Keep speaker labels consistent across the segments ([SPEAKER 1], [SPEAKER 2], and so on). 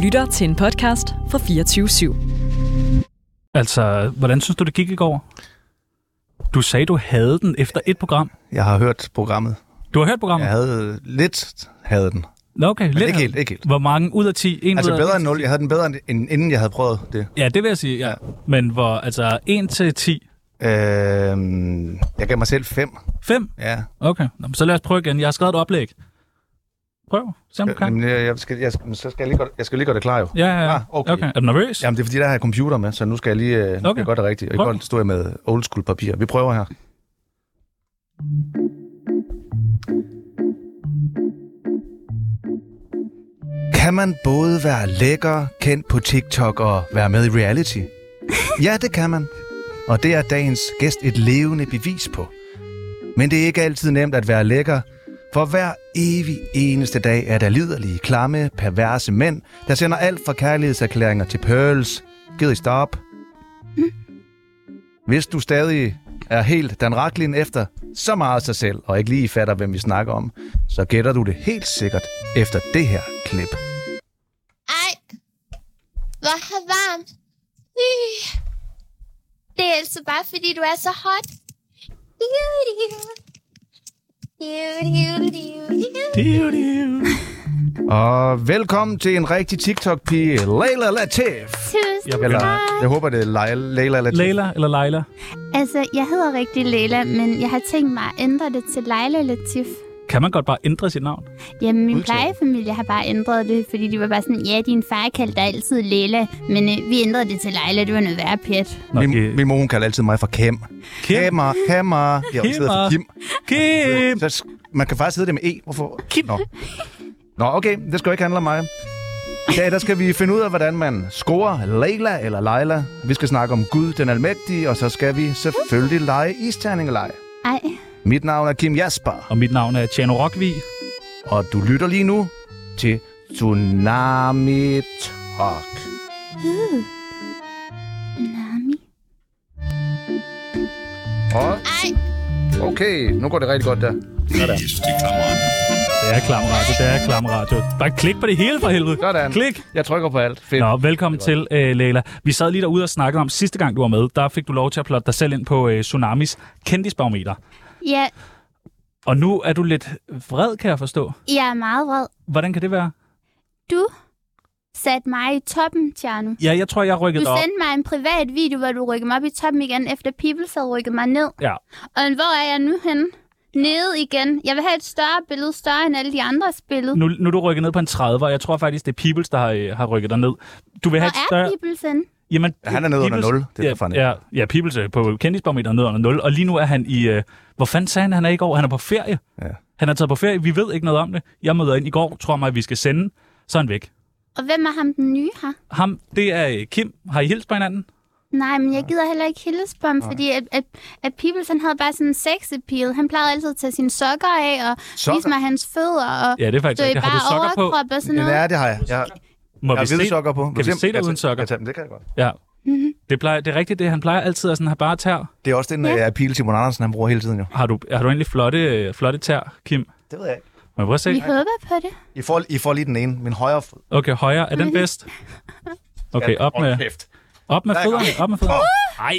[SPEAKER 1] lytter til en podcast fra 24 /7.
[SPEAKER 2] Altså, hvordan synes du, det gik i går? Du sagde, du havde den efter et program.
[SPEAKER 3] Jeg har hørt programmet.
[SPEAKER 2] Du har hørt programmet?
[SPEAKER 3] Jeg havde lidt havde den.
[SPEAKER 2] Nå, okay.
[SPEAKER 3] Men ikke helt, ikke helt.
[SPEAKER 2] Hvor mange ud af 10? En
[SPEAKER 3] Altså
[SPEAKER 2] ud af-
[SPEAKER 3] bedre end 0. Jeg havde den bedre, end inden jeg havde prøvet det.
[SPEAKER 2] Ja, det vil jeg sige, ja. ja.
[SPEAKER 3] Ja.
[SPEAKER 2] Men hvor, altså, 1 til 10?
[SPEAKER 3] Øhm, jeg gav mig selv 5.
[SPEAKER 2] 5?
[SPEAKER 3] Ja.
[SPEAKER 2] Okay. Nå, men så lad os prøve igen. Jeg har skrevet et oplæg. Prøv. Se om du kan.
[SPEAKER 3] Jamen, jeg, jeg, skal, jeg, skal- men så skal jeg, lige gøre, jeg skal lige gøre det klar jo.
[SPEAKER 2] Ja, ja, ja.
[SPEAKER 3] Ah, okay.
[SPEAKER 2] okay. Er du nervøs?
[SPEAKER 3] Jamen, det er fordi, der har jeg computer med, så nu skal jeg lige øh, nu skal
[SPEAKER 2] Okay.
[SPEAKER 3] jeg gøre det rigtigt. Og i
[SPEAKER 2] Prøv.
[SPEAKER 3] går stod jeg med old school papir. Vi prøver her. Kan man både være lækker, kendt på TikTok og være med i reality? Ja, det kan man. Og det er dagens gæst et levende bevis på. Men det er ikke altid nemt at være lækker, for hver evig eneste dag er der liderlige, klamme, perverse mænd, der sender alt fra kærlighedserklæringer til pearls. Gid I stop. Hvis du stadig er helt Dan Raklin efter så meget af sig selv, og ikke lige fatter, hvem vi snakker om, så gætter du det helt sikkert efter det her klip.
[SPEAKER 4] Ej, hvor har varmt. Øh. Det er altså bare, fordi du er så hot.
[SPEAKER 3] Og velkommen til en rigtig TikTok-pige, Leila Latif.
[SPEAKER 4] Tusind.
[SPEAKER 2] Jeg vil
[SPEAKER 3] Eller,
[SPEAKER 2] gerne-
[SPEAKER 3] jeg håber, det er Leila, Leila Latif.
[SPEAKER 2] Leila eller Leila?
[SPEAKER 4] Altså, jeg hedder rigtig Leila, men jeg har tænkt mig at ændre det til Leila Latif.
[SPEAKER 2] Kan man godt bare ændre sit navn?
[SPEAKER 4] Jamen, min
[SPEAKER 3] Udtale.
[SPEAKER 4] plejefamilie har bare ændret det, fordi de var bare sådan, ja, din far kaldte dig altid Leila, men øh, vi ændrede det til Leila, det var noget værre pjat.
[SPEAKER 2] Nå,
[SPEAKER 3] Min, min mor, hun kalder altid mig for Kim.
[SPEAKER 2] Kim.
[SPEAKER 3] Kammer, kammer. Jeg har stedet for Kim.
[SPEAKER 2] Kim!
[SPEAKER 3] Så, s- man kan faktisk hedde det med E. Hvorfor? Kim. Nå. Nå, okay. Det skal jo ikke handle om mig. I dag der skal vi finde ud af, hvordan man scorer Leila eller Leila. Vi skal snakke om Gud, den almægtige, og så skal vi selvfølgelig lege isterningeleg.
[SPEAKER 4] Ej,
[SPEAKER 3] Mit navn er Kim Jasper,
[SPEAKER 2] Og mit navn er Tjano Rockvig.
[SPEAKER 3] og du lytter lige nu til Tsunami Talk.
[SPEAKER 4] Nami.
[SPEAKER 3] Og... Okay, nu går det rigtig godt der.
[SPEAKER 2] Det er klam radio, det er klam radio. Bare klik på det hele for helvede.
[SPEAKER 3] Sådan.
[SPEAKER 2] Klik.
[SPEAKER 3] Jeg trykker på alt. Fedt.
[SPEAKER 2] Nå, velkommen til, uh, Leila. Vi sad lige derude og snakkede om, sidste gang du var med, der fik du lov til at plotte dig selv ind på uh, Tsunamis kendisbarometer.
[SPEAKER 4] Ja,
[SPEAKER 2] Og nu er du lidt vred, kan jeg forstå.
[SPEAKER 4] jeg er meget vred.
[SPEAKER 2] Hvordan kan det være?
[SPEAKER 4] Du satte mig i toppen, Tjerno.
[SPEAKER 2] Ja, jeg tror, jeg rykkede
[SPEAKER 4] Du
[SPEAKER 2] op.
[SPEAKER 4] sendte mig en privat video, hvor du rykkede mig op i toppen igen, efter Peoples havde rykket mig ned.
[SPEAKER 2] Ja.
[SPEAKER 4] Og hvor er jeg nu henne? Nede igen. Jeg vil have et større billede, større end alle de andres billede.
[SPEAKER 2] Nu, nu er du rykket ned på en 30, og jeg tror faktisk, det er Peoples, der har, øh, har rykket dig ned. Du vil have et
[SPEAKER 4] Hvor
[SPEAKER 2] større...
[SPEAKER 4] er Peoples henne?
[SPEAKER 2] Jamen,
[SPEAKER 3] Ja, han er nede under
[SPEAKER 2] Peoples-
[SPEAKER 3] nul. Det er
[SPEAKER 2] ja,
[SPEAKER 3] for fanden ikke.
[SPEAKER 2] ja, ja, Peoples er på kendisbarometeret nede under 0, og lige nu er han i... Øh, hvor fanden sagde han, han er i går? Han er på ferie.
[SPEAKER 3] Ja.
[SPEAKER 2] Han er taget på ferie, vi ved ikke noget om det. Jeg møder ind i går, tror mig, at vi skal sende. Så er han væk.
[SPEAKER 4] Og hvem er ham den nye her?
[SPEAKER 2] Ham, det er øh, Kim. Har I hilst på hinanden?
[SPEAKER 4] Nej, men jeg gider heller ikke hilse på ham, fordi at, at, at Peoples, han havde bare sådan en sex appeal. Han plejede altid at tage sine sokker af og
[SPEAKER 3] Sokker?
[SPEAKER 4] vise mig hans fødder og
[SPEAKER 2] Ja, det er faktisk
[SPEAKER 4] stå i
[SPEAKER 2] rigtigt. Har
[SPEAKER 4] bare
[SPEAKER 2] du sokker på?
[SPEAKER 4] overkrop og sådan noget.
[SPEAKER 3] Ja, det har jeg. Jeg, jeg
[SPEAKER 2] Må
[SPEAKER 3] har hvide
[SPEAKER 2] se-
[SPEAKER 3] sokker på.
[SPEAKER 2] Kan vi se dig uden sokker?
[SPEAKER 3] altså, Jeg tager dem, det kan jeg godt.
[SPEAKER 2] Ja.
[SPEAKER 4] Mhm.
[SPEAKER 2] Det, plejer, det er rigtigt, det. Han plejer altid at sådan have bare tær.
[SPEAKER 3] Det er også den ja. appeal, Simon Andersen han bruger hele tiden jo.
[SPEAKER 2] Har du, har du egentlig flotte, øh, flotte tær, Kim?
[SPEAKER 3] Det ved jeg ikke.
[SPEAKER 2] Må jeg prøve at
[SPEAKER 4] Vi
[SPEAKER 2] se?
[SPEAKER 4] håber på det.
[SPEAKER 3] I får, I får lige den ene, min højre fod.
[SPEAKER 2] Okay, højre. Er den bedst? Okay, op med,
[SPEAKER 3] Kæft.
[SPEAKER 2] op med
[SPEAKER 3] Der er
[SPEAKER 2] fødderne. Op med fødderne. Ej,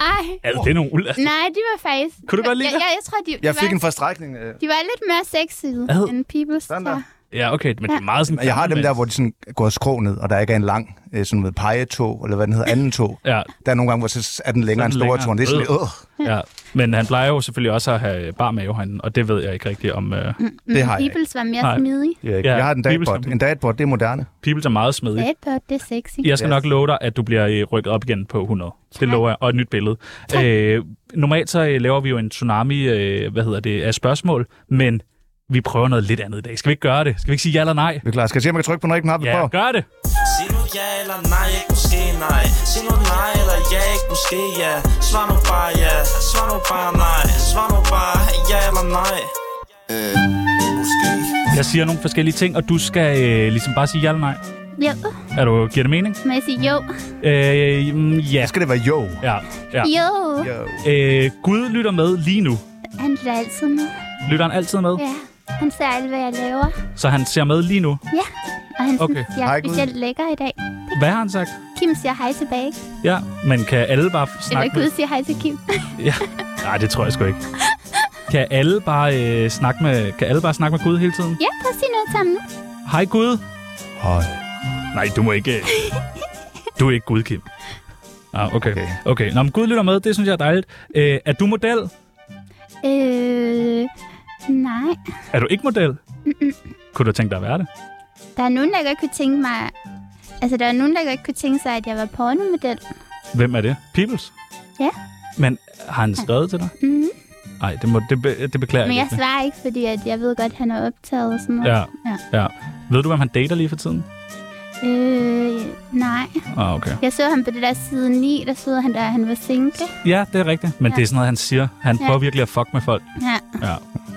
[SPEAKER 4] Ej,
[SPEAKER 2] altså, det er nogle altså.
[SPEAKER 4] nej, de var faktisk...
[SPEAKER 2] Kunne du godt lide
[SPEAKER 4] jeg,
[SPEAKER 2] det?
[SPEAKER 4] jeg, jeg tror, de, de
[SPEAKER 3] Jeg
[SPEAKER 4] var
[SPEAKER 3] fik en forstrækning. øh,
[SPEAKER 4] De var lidt mere sexede
[SPEAKER 2] Ad.
[SPEAKER 4] end Peoples.
[SPEAKER 3] Sådan der.
[SPEAKER 4] Der.
[SPEAKER 2] Ja, okay, men det er meget sådan...
[SPEAKER 3] Jeg har dem der,
[SPEAKER 2] gammeldags.
[SPEAKER 3] hvor de sådan går skrå ned, og der ikke er en lang øh, sådan med pegetog, eller hvad den hedder, anden tog.
[SPEAKER 2] Ja,
[SPEAKER 3] Der er nogle gange, hvor så er den længere end
[SPEAKER 2] Så er den
[SPEAKER 3] store
[SPEAKER 2] længere.
[SPEAKER 3] tårn. Det er sådan lidt, øh,
[SPEAKER 2] ja. Men han plejer jo selvfølgelig også at have bar mave herinde, og det ved jeg ikke rigtigt om... Øh,
[SPEAKER 4] Mm.
[SPEAKER 3] det har jeg ikke.
[SPEAKER 4] Peoples var mere
[SPEAKER 2] Nej.
[SPEAKER 4] smidig.
[SPEAKER 3] Det er ikke.
[SPEAKER 2] Ja,
[SPEAKER 3] Jeg har en datbot.
[SPEAKER 2] Bibelstrømpe.
[SPEAKER 3] En datbot, det er moderne.
[SPEAKER 2] Peoples er meget smidig.
[SPEAKER 4] Dadbot, det er sexy.
[SPEAKER 2] Jeg skal
[SPEAKER 3] Yes.
[SPEAKER 2] nok love dig, at du bliver øh, rykket op igen på 100. Det lover jeg. Og et nyt billede. Øh, normalt så øh, laver vi jo en tsunami øh, hvad hedder det, af spørgsmål, men vi prøver noget lidt andet i dag. Skal vi ikke gøre det? Skal vi ikke sige ja eller nej?
[SPEAKER 3] Vi er klar. Skal jeg se, om jeg kan trykke på den rigtige knap? Vi
[SPEAKER 2] Ja,
[SPEAKER 3] prøver.
[SPEAKER 2] gør det!
[SPEAKER 5] Sig nu ja eller nej, ikke måske nej Sig nu nej eller ja, ikke måske ja Svar nu bare ja, svar nu bare nej Svar nu bare ja eller nej
[SPEAKER 2] Jeg siger nogle forskellige ting, og du skal øh, ligesom bare sige ja eller nej.
[SPEAKER 4] Jo,
[SPEAKER 2] Er du, giver det mening?
[SPEAKER 4] må jeg sige jo?
[SPEAKER 2] Øh, mm, ja.
[SPEAKER 3] Så skal det være jo.
[SPEAKER 2] ja, ja.
[SPEAKER 4] Jo,
[SPEAKER 3] Jo.
[SPEAKER 2] Øh, Gud lytter med lige nu.
[SPEAKER 4] han bliver altid med.
[SPEAKER 2] Lytter han altid med?
[SPEAKER 4] Ja, han ser alt, hvad jeg laver.
[SPEAKER 2] Så han ser med lige nu.
[SPEAKER 4] Ja, og han
[SPEAKER 2] Okay.
[SPEAKER 4] okay. synes, jeg
[SPEAKER 3] Hej,
[SPEAKER 4] er
[SPEAKER 3] Gud.
[SPEAKER 4] specielt lækker i dag.
[SPEAKER 2] Hvad har han sagt?
[SPEAKER 4] Kim siger hej tilbage.
[SPEAKER 2] Ja, men kan alle bare snakke
[SPEAKER 4] Eller
[SPEAKER 2] med...
[SPEAKER 4] Gud siger hej til Kim.
[SPEAKER 2] Ja. Nej, det tror jeg sgu ikke. Kan alle bare øh, snakke med kan alle bare snakke med Gud hele tiden?
[SPEAKER 4] ja, prøv at sige noget sammen.
[SPEAKER 2] Hej Gud.
[SPEAKER 3] Høj.
[SPEAKER 2] Nej, du må ikke. øh, Du er ikke Gud, Kim. Ah, okay.
[SPEAKER 3] Okay.
[SPEAKER 2] Okay. okay. Nå, men Gud lytter med. Det synes jeg er dejligt. Øh, er du model?
[SPEAKER 4] Øh, nej.
[SPEAKER 2] Er du ikke model?
[SPEAKER 4] Mm-mm.
[SPEAKER 2] Kunne du tænke dig at være det?
[SPEAKER 4] Der er nogen, der godt kunne tænke mig... Altså, der er nogen, der godt kunne tænke sig, at jeg var pornomodel.
[SPEAKER 2] Hvem er det? Peoples?
[SPEAKER 4] Ja.
[SPEAKER 2] Men har han skrevet til dig?
[SPEAKER 4] Mm.
[SPEAKER 2] Nej, det, må, det, be, det beklager
[SPEAKER 4] Men jeg
[SPEAKER 2] lidt.
[SPEAKER 4] svarer ikke, fordi at jeg ved godt, at han er optaget og sådan noget.
[SPEAKER 2] Ja.
[SPEAKER 4] ja.
[SPEAKER 2] Ja. Ved du, hvem han dater lige for tiden?
[SPEAKER 4] Øh, nej.
[SPEAKER 2] Ah, okay.
[SPEAKER 4] Jeg så ham på det der side 9, der stod han der, at han var single.
[SPEAKER 2] Ja, det er rigtigt. Men ja.
[SPEAKER 4] Ja.
[SPEAKER 2] det er sådan noget, han siger. Han
[SPEAKER 4] Ja.
[SPEAKER 2] prøver virkelig at fuck med folk.
[SPEAKER 4] Ja.
[SPEAKER 2] Ja.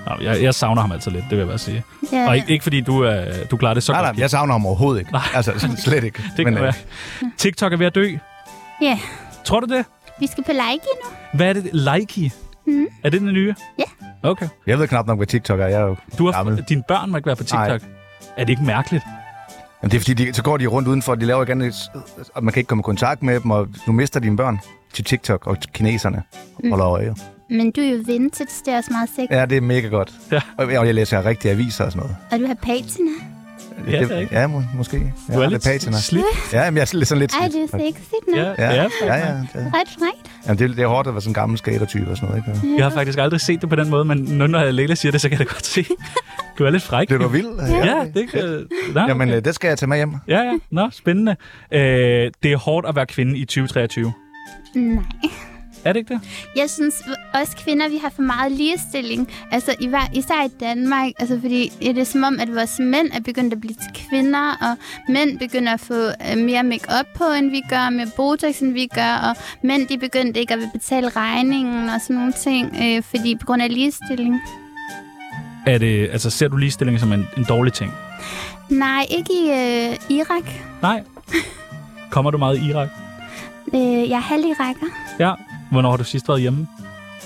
[SPEAKER 2] Nå, jeg, jeg savner ham altså lidt, det vil jeg bare sige.
[SPEAKER 4] ja.
[SPEAKER 2] Og ikke, ikke fordi du, øh, du klarer det så
[SPEAKER 3] Nej,
[SPEAKER 2] godt.
[SPEAKER 3] nej, jeg savner ham overhovedet ikke.
[SPEAKER 2] Nej.
[SPEAKER 3] Altså, sådan slet ikke.
[SPEAKER 2] det kan
[SPEAKER 3] øh,
[SPEAKER 2] være. TikTok er ved at dø.
[SPEAKER 4] ja.
[SPEAKER 2] Tror du det?
[SPEAKER 4] Vi skal på like nu.
[SPEAKER 2] Hvad er det? Likey?
[SPEAKER 4] Mm.
[SPEAKER 2] Er det den nye?
[SPEAKER 4] Ja.
[SPEAKER 2] Okay.
[SPEAKER 3] Jeg ved knap nok, hvad TikTok er. Jeg er jo
[SPEAKER 2] Du har,
[SPEAKER 3] gammel.
[SPEAKER 2] dine børn må ikke være på TikTok. Er det ikke mærkeligt?
[SPEAKER 3] Jamen, det er fordi, de, så går de rundt udenfor, de laver ikke andet, og man kan ikke komme i kontakt med dem, og nu mister dine børn til TikTok, og kineserne
[SPEAKER 4] Mm.
[SPEAKER 3] holder øje.
[SPEAKER 4] Men du er jo vintage, det er også meget sikkert. Ja.
[SPEAKER 3] Ja, det er mega godt.
[SPEAKER 2] Ja.
[SPEAKER 3] Og jeg, og jeg læser rigtige aviser og sådan noget.
[SPEAKER 4] Og du har patina.
[SPEAKER 2] Ja, det er
[SPEAKER 3] det,
[SPEAKER 2] rigtigt.
[SPEAKER 3] ja må, måske.
[SPEAKER 2] Du
[SPEAKER 3] Jeg
[SPEAKER 2] er
[SPEAKER 3] har
[SPEAKER 2] lidt
[SPEAKER 3] patina.
[SPEAKER 2] slidt.
[SPEAKER 3] Ja, men jeg er sådan lidt sådan lidt...
[SPEAKER 4] Ej, det er
[SPEAKER 3] slidt.
[SPEAKER 4] sexigt nu.
[SPEAKER 2] Ja,
[SPEAKER 3] Ja,
[SPEAKER 2] ja.
[SPEAKER 3] ja, ja. Det,
[SPEAKER 4] Ret, right.
[SPEAKER 3] jamen, det, er- det er hårdt at være sådan en gammel skatertype og sådan noget, ikke?
[SPEAKER 2] Jeg har faktisk aldrig set det på den måde, men nu når Leila siger det, så kan jeg da godt se. Du er lidt fræk.
[SPEAKER 3] Blev du vild?
[SPEAKER 2] Ja, det kan... Nå, okay.
[SPEAKER 3] Jamen, øh, det skal jeg tage med hjem.
[SPEAKER 2] Ja, ja. Nå, spændende. Øh, det er hårdt at være kvinde i 2023.
[SPEAKER 4] Nej.
[SPEAKER 2] Er det ikke det?
[SPEAKER 4] Jeg synes også kvinder, vi har for meget ligestilling. Altså i hver- især i Danmark. Altså fordi ja, det er som om, at vores mænd er begyndt at blive til kvinder, og mænd begynder at få øh, mere makeup på, end vi gør, mere botox, end vi gør, og mænd de begyndte ikke at vil betale regningen og sådan nogle ting, øh, fordi på grund af ligestilling.
[SPEAKER 2] Er det altså, ser du ligestilling som en, en dårlig ting?
[SPEAKER 4] Nej, ikke i øh, Irak.
[SPEAKER 2] Nej. Kommer du meget i Irak?
[SPEAKER 4] Øh, jeg er halv iraker.
[SPEAKER 2] Ja. Hvornår har du sidst været hjemme?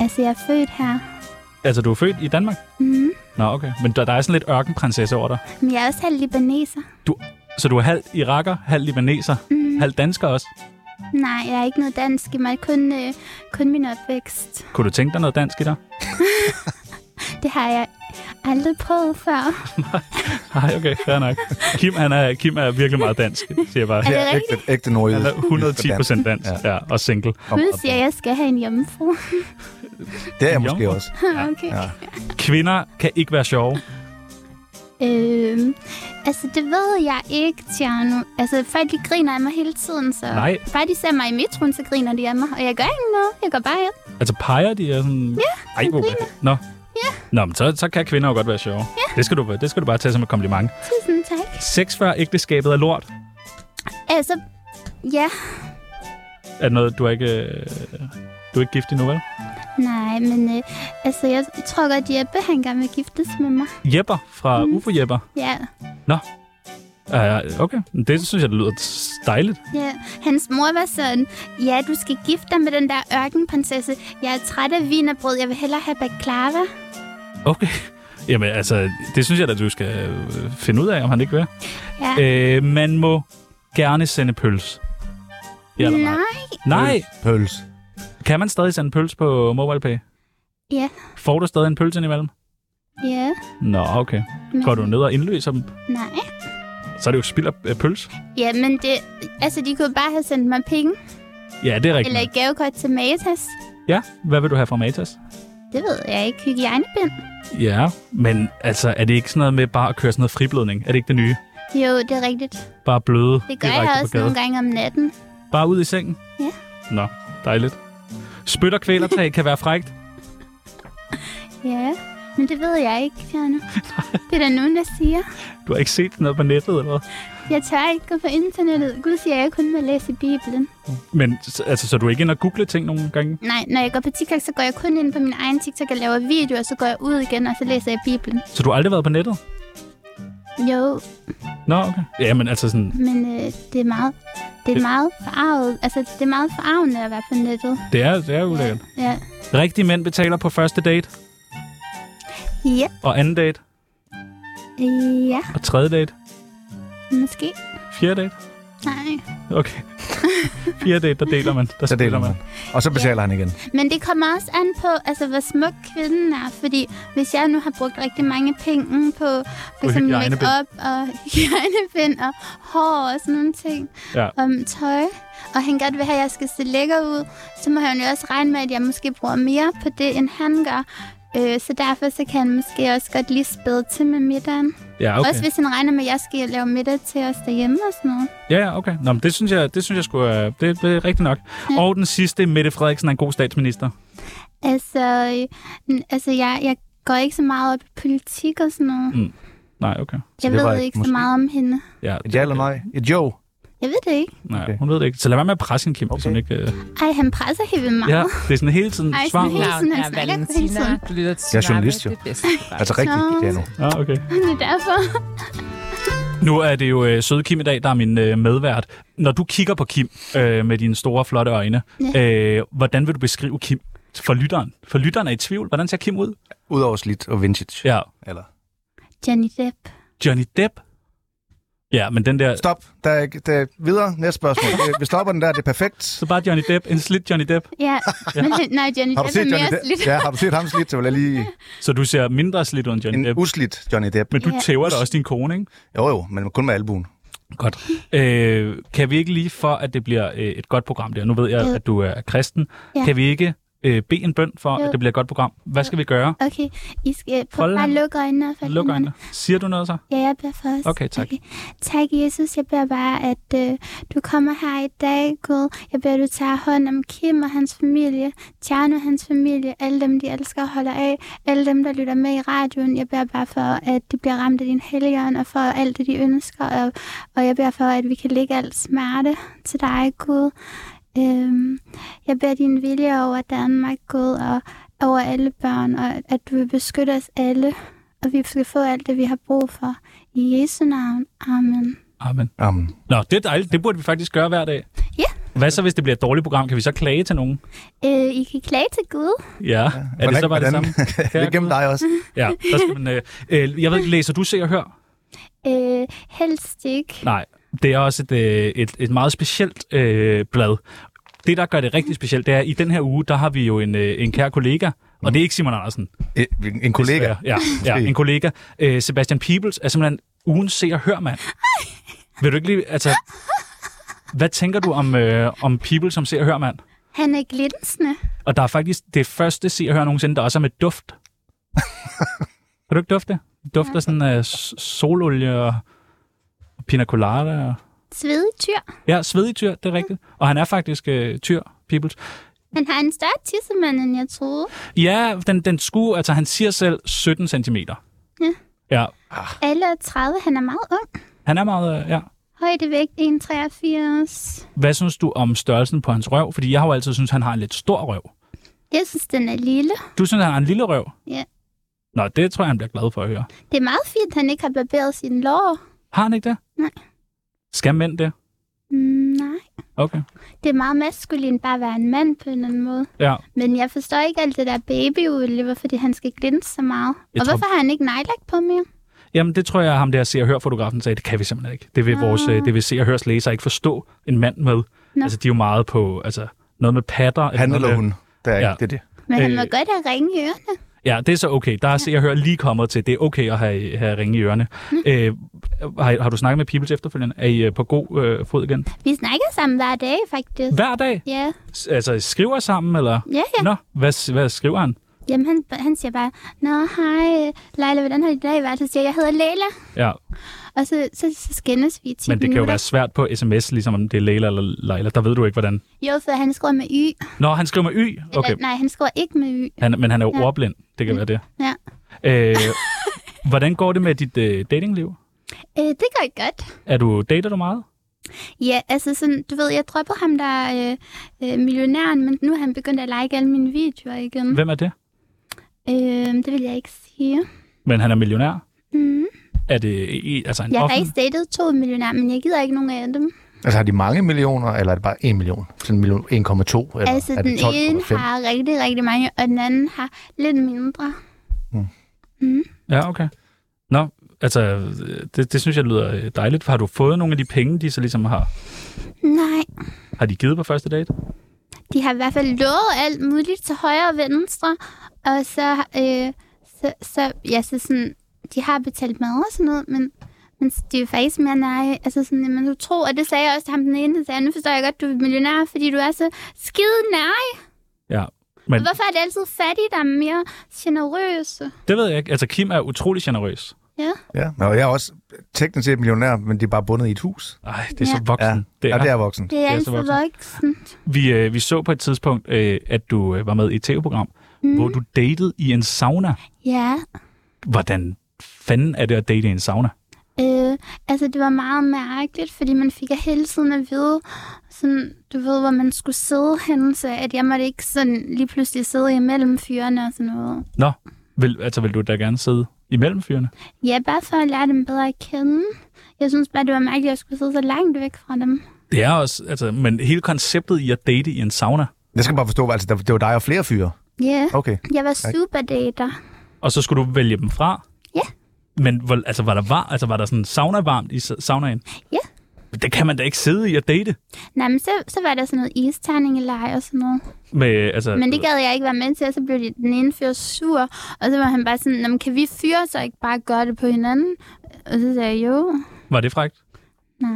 [SPEAKER 4] Altså jeg er født her.
[SPEAKER 2] Altså, du er født i Danmark?
[SPEAKER 4] Mm.
[SPEAKER 2] Nå, okay. Men der, der er sådan lidt ørkenprinsesse over dig.
[SPEAKER 4] Men jeg er også halv libaneser.
[SPEAKER 2] Så du er halv iraker, halv libaneser,
[SPEAKER 4] Mm.
[SPEAKER 2] halv dansker også.
[SPEAKER 4] Nej, jeg er ikke noget dansk i mig. Kun, øh, kun min opvækst.
[SPEAKER 2] Kunne du tænke dig noget dansk i dig?
[SPEAKER 4] Det har jeg aldrig prøvet før.
[SPEAKER 2] Nej, okay, fair nok. Kim, han er, Kim er virkelig meget dansk, siger jeg bare.
[SPEAKER 4] Er det
[SPEAKER 3] Ja,
[SPEAKER 4] rigtigt?
[SPEAKER 3] ægte, ægte nordjyde.
[SPEAKER 2] Han er 110 procent dansk, ja. ja, og single.
[SPEAKER 4] Gud siger, at jeg skal have en jomfru.
[SPEAKER 3] Det er jeg
[SPEAKER 2] En
[SPEAKER 3] måske
[SPEAKER 2] jomfru.
[SPEAKER 3] også.
[SPEAKER 4] okay.
[SPEAKER 3] Ja.
[SPEAKER 4] Ja.
[SPEAKER 2] Kvinder kan ikke være sjove.
[SPEAKER 4] Øhm, altså, det ved jeg ikke, Tjerno. Altså, folk de griner af mig hele tiden, så...
[SPEAKER 2] Nej.
[SPEAKER 4] Bare de ser mig i metroen, så griner de af mig. Og jeg gør ikke noget. Jeg går bare hjem.
[SPEAKER 2] Altså peger de er sådan... Ja, Ej, hvor
[SPEAKER 4] griner.
[SPEAKER 2] Nå. Ja. Nå, men så, så kan kvinder jo godt være sjove. Ja. Det, skal du, det skal du bare tage som et kompliment.
[SPEAKER 4] Tusind tak.
[SPEAKER 2] Sex før ægteskabet er lort.
[SPEAKER 4] Altså, ja.
[SPEAKER 2] Er det noget, du er ikke... øh, Du er ikke gift endnu, vel?
[SPEAKER 4] Nej, men øh, altså, jeg tror godt, Jeppe, han gerne vil giftes med mig.
[SPEAKER 2] Jepper fra
[SPEAKER 4] Mhm.
[SPEAKER 2] mm. UFO Jepper.
[SPEAKER 4] Ja,
[SPEAKER 2] Uh, okay, Men det synes jeg, det lyder s- dejligt.
[SPEAKER 4] ja. Hans mor var sådan, ja, du skal gifte dig med den der ørkenprinsesse. Jeg er træt af vinerbrød. Jeg vil hellere have baklava.
[SPEAKER 2] Okay. Jamen altså, det synes jeg da, du skal øh, finde ud af, om han ikke vil.
[SPEAKER 4] Ja.
[SPEAKER 2] Øh, man må gerne sende pøls. Ja, eller nej.
[SPEAKER 4] Nej.
[SPEAKER 2] nej.
[SPEAKER 3] Pøls.
[SPEAKER 2] Kan man stadig sende pøls på MobilePay?
[SPEAKER 4] Ja.
[SPEAKER 2] Får du stadig en pøls indimellem?
[SPEAKER 4] Ja.
[SPEAKER 2] Nå, okay.
[SPEAKER 4] Men,
[SPEAKER 2] Går du ned og indløser dem?
[SPEAKER 4] Nej.
[SPEAKER 2] Så er det jo spild af af pøls.
[SPEAKER 4] Ja, men det... Altså, de kunne bare have sendt mig penge.
[SPEAKER 2] Ja, det er rigtigt.
[SPEAKER 4] Eller et gavekort til Matas.
[SPEAKER 2] Ja, hvad vil du have fra Matas?
[SPEAKER 4] Det ved jeg ikke. Hygiejnebind.
[SPEAKER 2] Ja, men altså, er det ikke sådan noget med bare at køre sådan noget friblødning? Er det ikke det nye?
[SPEAKER 4] Jo, det er rigtigt.
[SPEAKER 2] Bare bløde
[SPEAKER 4] Det gør jeg også nogle gange om natten.
[SPEAKER 2] Bare ud i sengen?
[SPEAKER 4] Ja.
[SPEAKER 2] Nå, dejligt. Spyt og kvælertag kan være frægt.
[SPEAKER 4] Ja, men det ved jeg ikke, Fjerno. det er der nogen, der siger.
[SPEAKER 2] Du har ikke set noget på nettet eller hvad?
[SPEAKER 4] Jeg tør ikke gå på internettet. Gud siger, at jeg kun må læse i Bibelen.
[SPEAKER 2] Men s- altså, så er du ikke inde og google ting nogle gange?
[SPEAKER 4] Nej, når jeg går på TikTok, så går jeg kun ind på min egen TikTok og laver videoer, så går jeg ud igen, og så læser jeg Bibelen.
[SPEAKER 2] Så du har aldrig været på nettet?
[SPEAKER 4] Jo,
[SPEAKER 2] Nå, okay. Ja, men altså sådan,
[SPEAKER 4] men øh, det er meget... Det er
[SPEAKER 2] Det-
[SPEAKER 4] meget forarvet. Altså, det er meget forarvende at være på nettet.
[SPEAKER 2] det er, det er ulækkert.
[SPEAKER 4] Ja.
[SPEAKER 2] Rigtige mænd betaler på første date,
[SPEAKER 4] Ja.
[SPEAKER 2] og anden date,
[SPEAKER 4] Ja.
[SPEAKER 2] og tredje date.
[SPEAKER 4] Måske.
[SPEAKER 2] Fjerde date?
[SPEAKER 4] Nej.
[SPEAKER 2] Okay. Fjerde date, der deler man. Der
[SPEAKER 3] Så deler
[SPEAKER 2] splitter
[SPEAKER 3] man. Og så betaler han igen.
[SPEAKER 4] Men det kommer også an på, altså, hvor smuk kvinden er. Fordi hvis jeg nu har brugt rigtig mange penge på for eksempel
[SPEAKER 2] hygiejnebind.
[SPEAKER 4] make-up og hygiejnebind og hår og sådan nogle ting,
[SPEAKER 2] Ja.
[SPEAKER 4] om tøj, og han godt vil have, at jeg skal se lækker ud, så må han jo også regne med, at jeg måske bruger mere på det, end han gør. Øh, så derfor så kan han måske også godt lige spæde til med middagen.
[SPEAKER 2] Ja,
[SPEAKER 4] Okay.
[SPEAKER 2] okay.
[SPEAKER 4] Også hvis han regner med, at jeg skal lave middag til os derhjemme og sådan noget.
[SPEAKER 2] Ja, ja, okay. Nå, men det synes jeg, det synes jeg sgu, er, det, det er rigtigt nok.
[SPEAKER 4] Ja.
[SPEAKER 2] Og den sidste, Mette Frederiksen er en god statsminister.
[SPEAKER 4] Altså, øh, n- altså jeg, jeg går ikke så meget op i politik og sådan noget.
[SPEAKER 2] Mm, Nej, okay.
[SPEAKER 4] Jeg
[SPEAKER 3] det var
[SPEAKER 4] ved
[SPEAKER 3] ikke-
[SPEAKER 4] ikke så
[SPEAKER 3] måske-
[SPEAKER 4] meget om hende.
[SPEAKER 2] Ja,
[SPEAKER 3] Et ja eller nej? Et jo.
[SPEAKER 4] Jeg ved det ikke.
[SPEAKER 2] Nej,
[SPEAKER 3] Okay.
[SPEAKER 2] hun ved det ikke. Så lad være med at presse hende, Kim. Okay.
[SPEAKER 3] Okay.
[SPEAKER 2] Sådan ikke, øh...
[SPEAKER 4] Ej, han presser helt vildt meget.
[SPEAKER 2] Ja, det er sådan hele tiden
[SPEAKER 4] Ah. Ej,
[SPEAKER 2] svar.
[SPEAKER 4] sådan Hele
[SPEAKER 6] Navn
[SPEAKER 4] tiden, han
[SPEAKER 6] er
[SPEAKER 4] snakker hele
[SPEAKER 6] Valentina.
[SPEAKER 4] tiden.
[SPEAKER 6] Du lytter til
[SPEAKER 3] Jeg er journalist,
[SPEAKER 6] Tsunami.
[SPEAKER 3] jo.
[SPEAKER 6] Det bedste program.
[SPEAKER 3] Altså rigtigt,
[SPEAKER 4] Så-
[SPEAKER 3] det er nu.
[SPEAKER 2] Ja, okay.
[SPEAKER 4] Det er derfor.
[SPEAKER 2] Nu er det jo øh, søde Kim i dag, der er min øh, medvært. Når du kigger på Kim øh, med dine store, flotte øjne,
[SPEAKER 4] Ja.
[SPEAKER 2] øh, hvordan vil du beskrive Kim for lytteren? For lytteren er i tvivl. Hvordan ser Kim ud?
[SPEAKER 3] Udover slidt og vintage.
[SPEAKER 2] Ja,
[SPEAKER 3] Eller.
[SPEAKER 4] Johnny Depp.
[SPEAKER 2] Johnny Depp. Ja, men den der...
[SPEAKER 3] Stop. Der er, ikke- der er videre. Næste spørgsmål. Øh, Vi stopper den der. Det er perfekt.
[SPEAKER 2] Så bare Johnny Depp. En slidt Johnny Depp.
[SPEAKER 4] Ja, men han- nej, Johnny
[SPEAKER 3] Har du
[SPEAKER 4] Depp
[SPEAKER 3] set
[SPEAKER 4] er
[SPEAKER 3] Johnny
[SPEAKER 4] mere
[SPEAKER 3] Depp?
[SPEAKER 4] slidt.
[SPEAKER 3] Ja, har du set ham slidt, så vil jeg lige...
[SPEAKER 2] Så du ser mindre slidt ud end Johnny
[SPEAKER 3] En
[SPEAKER 2] Depp.
[SPEAKER 3] uslidt Johnny Depp.
[SPEAKER 2] Men du
[SPEAKER 4] Ja.
[SPEAKER 2] tæver da også din kone, ikke?
[SPEAKER 3] Jo jo, men kun med albuen.
[SPEAKER 2] Godt. Øh, kan vi ikke lige, for at det bliver øh, et godt program der, nu ved jeg,
[SPEAKER 4] Jo.
[SPEAKER 2] at du er kristen,
[SPEAKER 4] Ja.
[SPEAKER 2] kan vi ikke øh, bede en bøn for,
[SPEAKER 4] Jo.
[SPEAKER 2] at det bliver et godt program? Hvad skal vi gøre?
[SPEAKER 4] Okay, I skal prøve
[SPEAKER 2] Hold
[SPEAKER 4] bare
[SPEAKER 2] ham.
[SPEAKER 4] at lukke øjnene og falde
[SPEAKER 2] Luk øjnene. Siger du noget så?
[SPEAKER 4] Ja, jeg beder for os.
[SPEAKER 2] Okay, tak.
[SPEAKER 4] Tak, Jesus. Jeg beder bare, at øh, du kommer her i dag, Gud. Jeg beder, at du tager hånd om Kim og hans familie, Tjerno og hans familie, alle dem, de elsker og holder af, alle dem, der lytter med i radioen. Jeg beder bare for, at de bliver ramt af din helgen og for alt det, de ønsker. Og, og jeg beder for, at vi kan lægge al smerte til dig, Gud. Øhm, jeg beder din vilje over Danmark, Gud, og over alle børn, og at du vil beskytte os alle, og vi skal få alt det, vi har brug for. I Jesu navn. Amen.
[SPEAKER 2] Amen.
[SPEAKER 3] Amen.
[SPEAKER 2] Nå, det er dejligt. Det burde vi faktisk gøre hver dag.
[SPEAKER 4] Ja.
[SPEAKER 2] Hvad så, hvis det bliver et dårligt program? Kan vi så klage til nogen?
[SPEAKER 4] Øh, I kan klage til Gud.
[SPEAKER 2] Ja. ja. Er det så bare det samme?
[SPEAKER 3] det er gennem dig også.
[SPEAKER 2] Ja. Der skal man, øh, øh, jeg ved ikke, læser du Se og Hør?
[SPEAKER 4] Øh, helst ikke.
[SPEAKER 2] Nej, det er også et, øh, et, et meget specielt øh, blad. Det, der gør det rigtig specielt, det er, at i den her uge, der har vi jo en, øh, en kær kollega, og det er ikke Simon Andersen.
[SPEAKER 3] E, En- En kollega.
[SPEAKER 2] desværre. Ja, ja en kollega. Øh, Sebastian Peebles er simpelthen ugen se og hør, mand. Vil du ikke lige, altså... Hvad tænker du om, øh, om Peebles som se og hør, mand?
[SPEAKER 4] Han er glinsende.
[SPEAKER 2] Og der er faktisk det første se og hør nogensinde, der også er med duft. kan du ikke dufte? Det Dufter sådan af s- sololie og og pina colada og...
[SPEAKER 4] Svedig tyr.
[SPEAKER 2] Ja, svedig tyr, det er rigtigt. Og han er faktisk øh, tyr, Peebles.
[SPEAKER 4] Han har en større tissemand, end jeg troede.
[SPEAKER 2] Ja, den, den skue, altså han siger selv 17 cm.
[SPEAKER 4] Ja.
[SPEAKER 2] Ja,
[SPEAKER 4] Alle er 30. Han er meget ung.
[SPEAKER 2] han er meget, øh, ja.
[SPEAKER 4] Højdevægt 1,83.
[SPEAKER 2] Hvad synes du om størrelsen på hans røv? Fordi jeg har jo altid syntes, han har en lidt stor røv.
[SPEAKER 4] Jeg synes, den er lille.
[SPEAKER 2] Du synes, han har en lille røv?
[SPEAKER 4] Ja.
[SPEAKER 2] Nå, det tror jeg, han bliver glad for at høre.
[SPEAKER 4] Det er meget fint, han ikke har barberet sine lår.
[SPEAKER 2] Har han ikke det?
[SPEAKER 4] Nej.
[SPEAKER 2] Skal mænd det?
[SPEAKER 4] Mm, nej.
[SPEAKER 2] Okay.
[SPEAKER 4] Det er meget maskulin bare at være en mand på en eller anden måde.
[SPEAKER 2] Ja.
[SPEAKER 4] Men jeg forstår ikke alt det der babyolie, hvorfor det, han skal glinse så meget.
[SPEAKER 2] Jeg
[SPEAKER 4] og
[SPEAKER 2] tror-
[SPEAKER 4] hvorfor har han ikke nejlagt på mere?
[SPEAKER 2] Jamen, det tror jeg, ham der ser og hør fotografen sagde, det kan vi simpelthen ikke. Det vil, vores, øh, det vil se og høres læser ikke forstå en mand med.
[SPEAKER 4] Ah. Nå.
[SPEAKER 2] Altså, de er jo meget på altså, noget med patter. eller
[SPEAKER 3] Han
[SPEAKER 2] noget
[SPEAKER 3] eller
[SPEAKER 2] med-
[SPEAKER 3] hun. Det er
[SPEAKER 2] Ja.
[SPEAKER 3] ikke det. er det.
[SPEAKER 4] Men øh... han må
[SPEAKER 2] Øh.
[SPEAKER 4] godt have ringe i ørerne.
[SPEAKER 2] Ja, det er så okay. Der er se og hør lige kommet til, det er okay at have, have ringe i ørerne.
[SPEAKER 4] Mm.
[SPEAKER 2] Øh, har, har du snakket med Peoples efterfølgende? Er I øh, på god øh, fod igen?
[SPEAKER 4] Vi snakker sammen hver dag, faktisk.
[SPEAKER 2] Hver dag?
[SPEAKER 4] Ja,
[SPEAKER 2] S- Altså, skriver sammen, eller?
[SPEAKER 4] ja, ja.
[SPEAKER 2] Nå, hvad, s- hvad skriver han?
[SPEAKER 4] Jamen, han, han siger bare, Nå, hej, øh, Leila, hvordan har din dag været? Så siger jeg, jeg hedder Leila.
[SPEAKER 2] Ja,
[SPEAKER 4] Og så, så, så skændes vi i 10
[SPEAKER 2] men det kan jo
[SPEAKER 4] minutter.
[SPEAKER 2] være svært på sms, ligesom om det er Leila eller Leila. Der ved du ikke, hvordan.
[SPEAKER 4] Jo, for han skriver med Y.
[SPEAKER 2] Nå, han skriver med Y. Okay.
[SPEAKER 4] Eller, nej, han skriver ikke med Y.
[SPEAKER 2] Han, men han er jo
[SPEAKER 4] Ja. Mm.
[SPEAKER 2] ordblind. Det kan være det.
[SPEAKER 4] Ja.
[SPEAKER 2] Øh, hvordan går det med dit øh, datingliv?
[SPEAKER 4] Øh, det går ikke godt.
[SPEAKER 2] Er du, dater du meget?
[SPEAKER 4] Ja, altså sådan, du ved, jeg droppede ham der øh, øh, millionæren, men nu er han begyndt at like alle mine videoer igen.
[SPEAKER 2] Hvem er det?
[SPEAKER 4] Øh, det vil jeg ikke sige.
[SPEAKER 2] Men han er millionær.
[SPEAKER 4] Mm.
[SPEAKER 2] Er det i- altså en
[SPEAKER 4] Jeg har
[SPEAKER 2] offentlig?
[SPEAKER 4] ikke datet to millionærer, men jeg gider ikke nogen af dem.
[SPEAKER 3] Altså har de mange millioner, eller er det bare 1 million? Sådan en million, 1,2? Eller
[SPEAKER 4] altså,
[SPEAKER 3] er
[SPEAKER 4] den
[SPEAKER 3] det
[SPEAKER 4] ene
[SPEAKER 3] 12,5?
[SPEAKER 4] har rigtig, rigtig mange, og den anden har lidt mindre.
[SPEAKER 2] Ja, okay. Nå, altså, øh, det, det synes jeg lyder øh, dejligt. Har du fået nogle af de penge, de så ligesom har,
[SPEAKER 4] Nej,
[SPEAKER 2] har de givet på første date?
[SPEAKER 4] de har i hvert fald lovet alt muligt til højre og venstre. Og så, øh, så, så, ja, så sådan, de har betalt mad og sådan noget, men, men det er jo faktisk mere nej. Altså sådan, men du tror, og det sagde jeg også til ham den ene, der sagde, nu forstår jeg godt, du er millionær, fordi du er så skide nej.
[SPEAKER 2] Ja. Men
[SPEAKER 4] Hvorfor er det altid fattige, der er mere generøse?
[SPEAKER 2] det ved jeg ikke. Altså, Kim er utrolig generøs.
[SPEAKER 4] Ja.
[SPEAKER 3] Ja. Nå, jeg er også teknisk set millionær, men det er bare bundet i et hus.
[SPEAKER 2] Ej, det er så
[SPEAKER 4] Ja.
[SPEAKER 2] voksen.
[SPEAKER 3] Det er, ja, det er voksen.
[SPEAKER 4] Det er,
[SPEAKER 2] er så
[SPEAKER 4] altid
[SPEAKER 2] voksent.
[SPEAKER 4] voksen.
[SPEAKER 2] Vi, øh, vi så på et tidspunkt, øh, at du øh, var med i et tv-program, mm. hvor du datede i en sauna.
[SPEAKER 4] Ja.
[SPEAKER 2] Hvordan fanden er det at date i en sauna?
[SPEAKER 4] Øh, altså, det var meget mærkeligt, fordi man fik hele tiden at vide, sådan, du ved, hvor man skulle sidde henne, så at jeg måtte ikke sådan lige pludselig sidde imellem fyrene og sådan noget.
[SPEAKER 2] Nå, vil, altså vil du da gerne sidde imellem fyrene?
[SPEAKER 4] Ja, bare for at lære dem bedre at kende. Jeg synes bare, det var mærkeligt, at jeg skulle sidde så langt væk fra dem.
[SPEAKER 2] Det er også, altså, men hele konceptet i at date i en sauna,
[SPEAKER 3] Jeg skal bare forstå, altså, der- det var dig og flere fyre.
[SPEAKER 4] Ja, yeah.
[SPEAKER 3] Okay.
[SPEAKER 4] jeg var superdater.
[SPEAKER 2] og så skulle du vælge dem fra?
[SPEAKER 4] Ja.
[SPEAKER 2] Men hvor, altså, var der, var, altså, var der sådan sauna-varmt i sa- saunaen?
[SPEAKER 4] Ja.
[SPEAKER 2] Det kan man da ikke sidde i at date.
[SPEAKER 4] Nej, men så, så var der sådan noget isterningeleg og sådan noget.
[SPEAKER 2] Med, altså,
[SPEAKER 4] Men det gad jeg ikke være med til, og så blev de- den ene fyr sur. Og så var han bare sådan, "Nå, men kan vi fyre så ikke bare gøre det på hinanden? Og så sagde jeg, jo,
[SPEAKER 2] Var det frækt?
[SPEAKER 4] nej.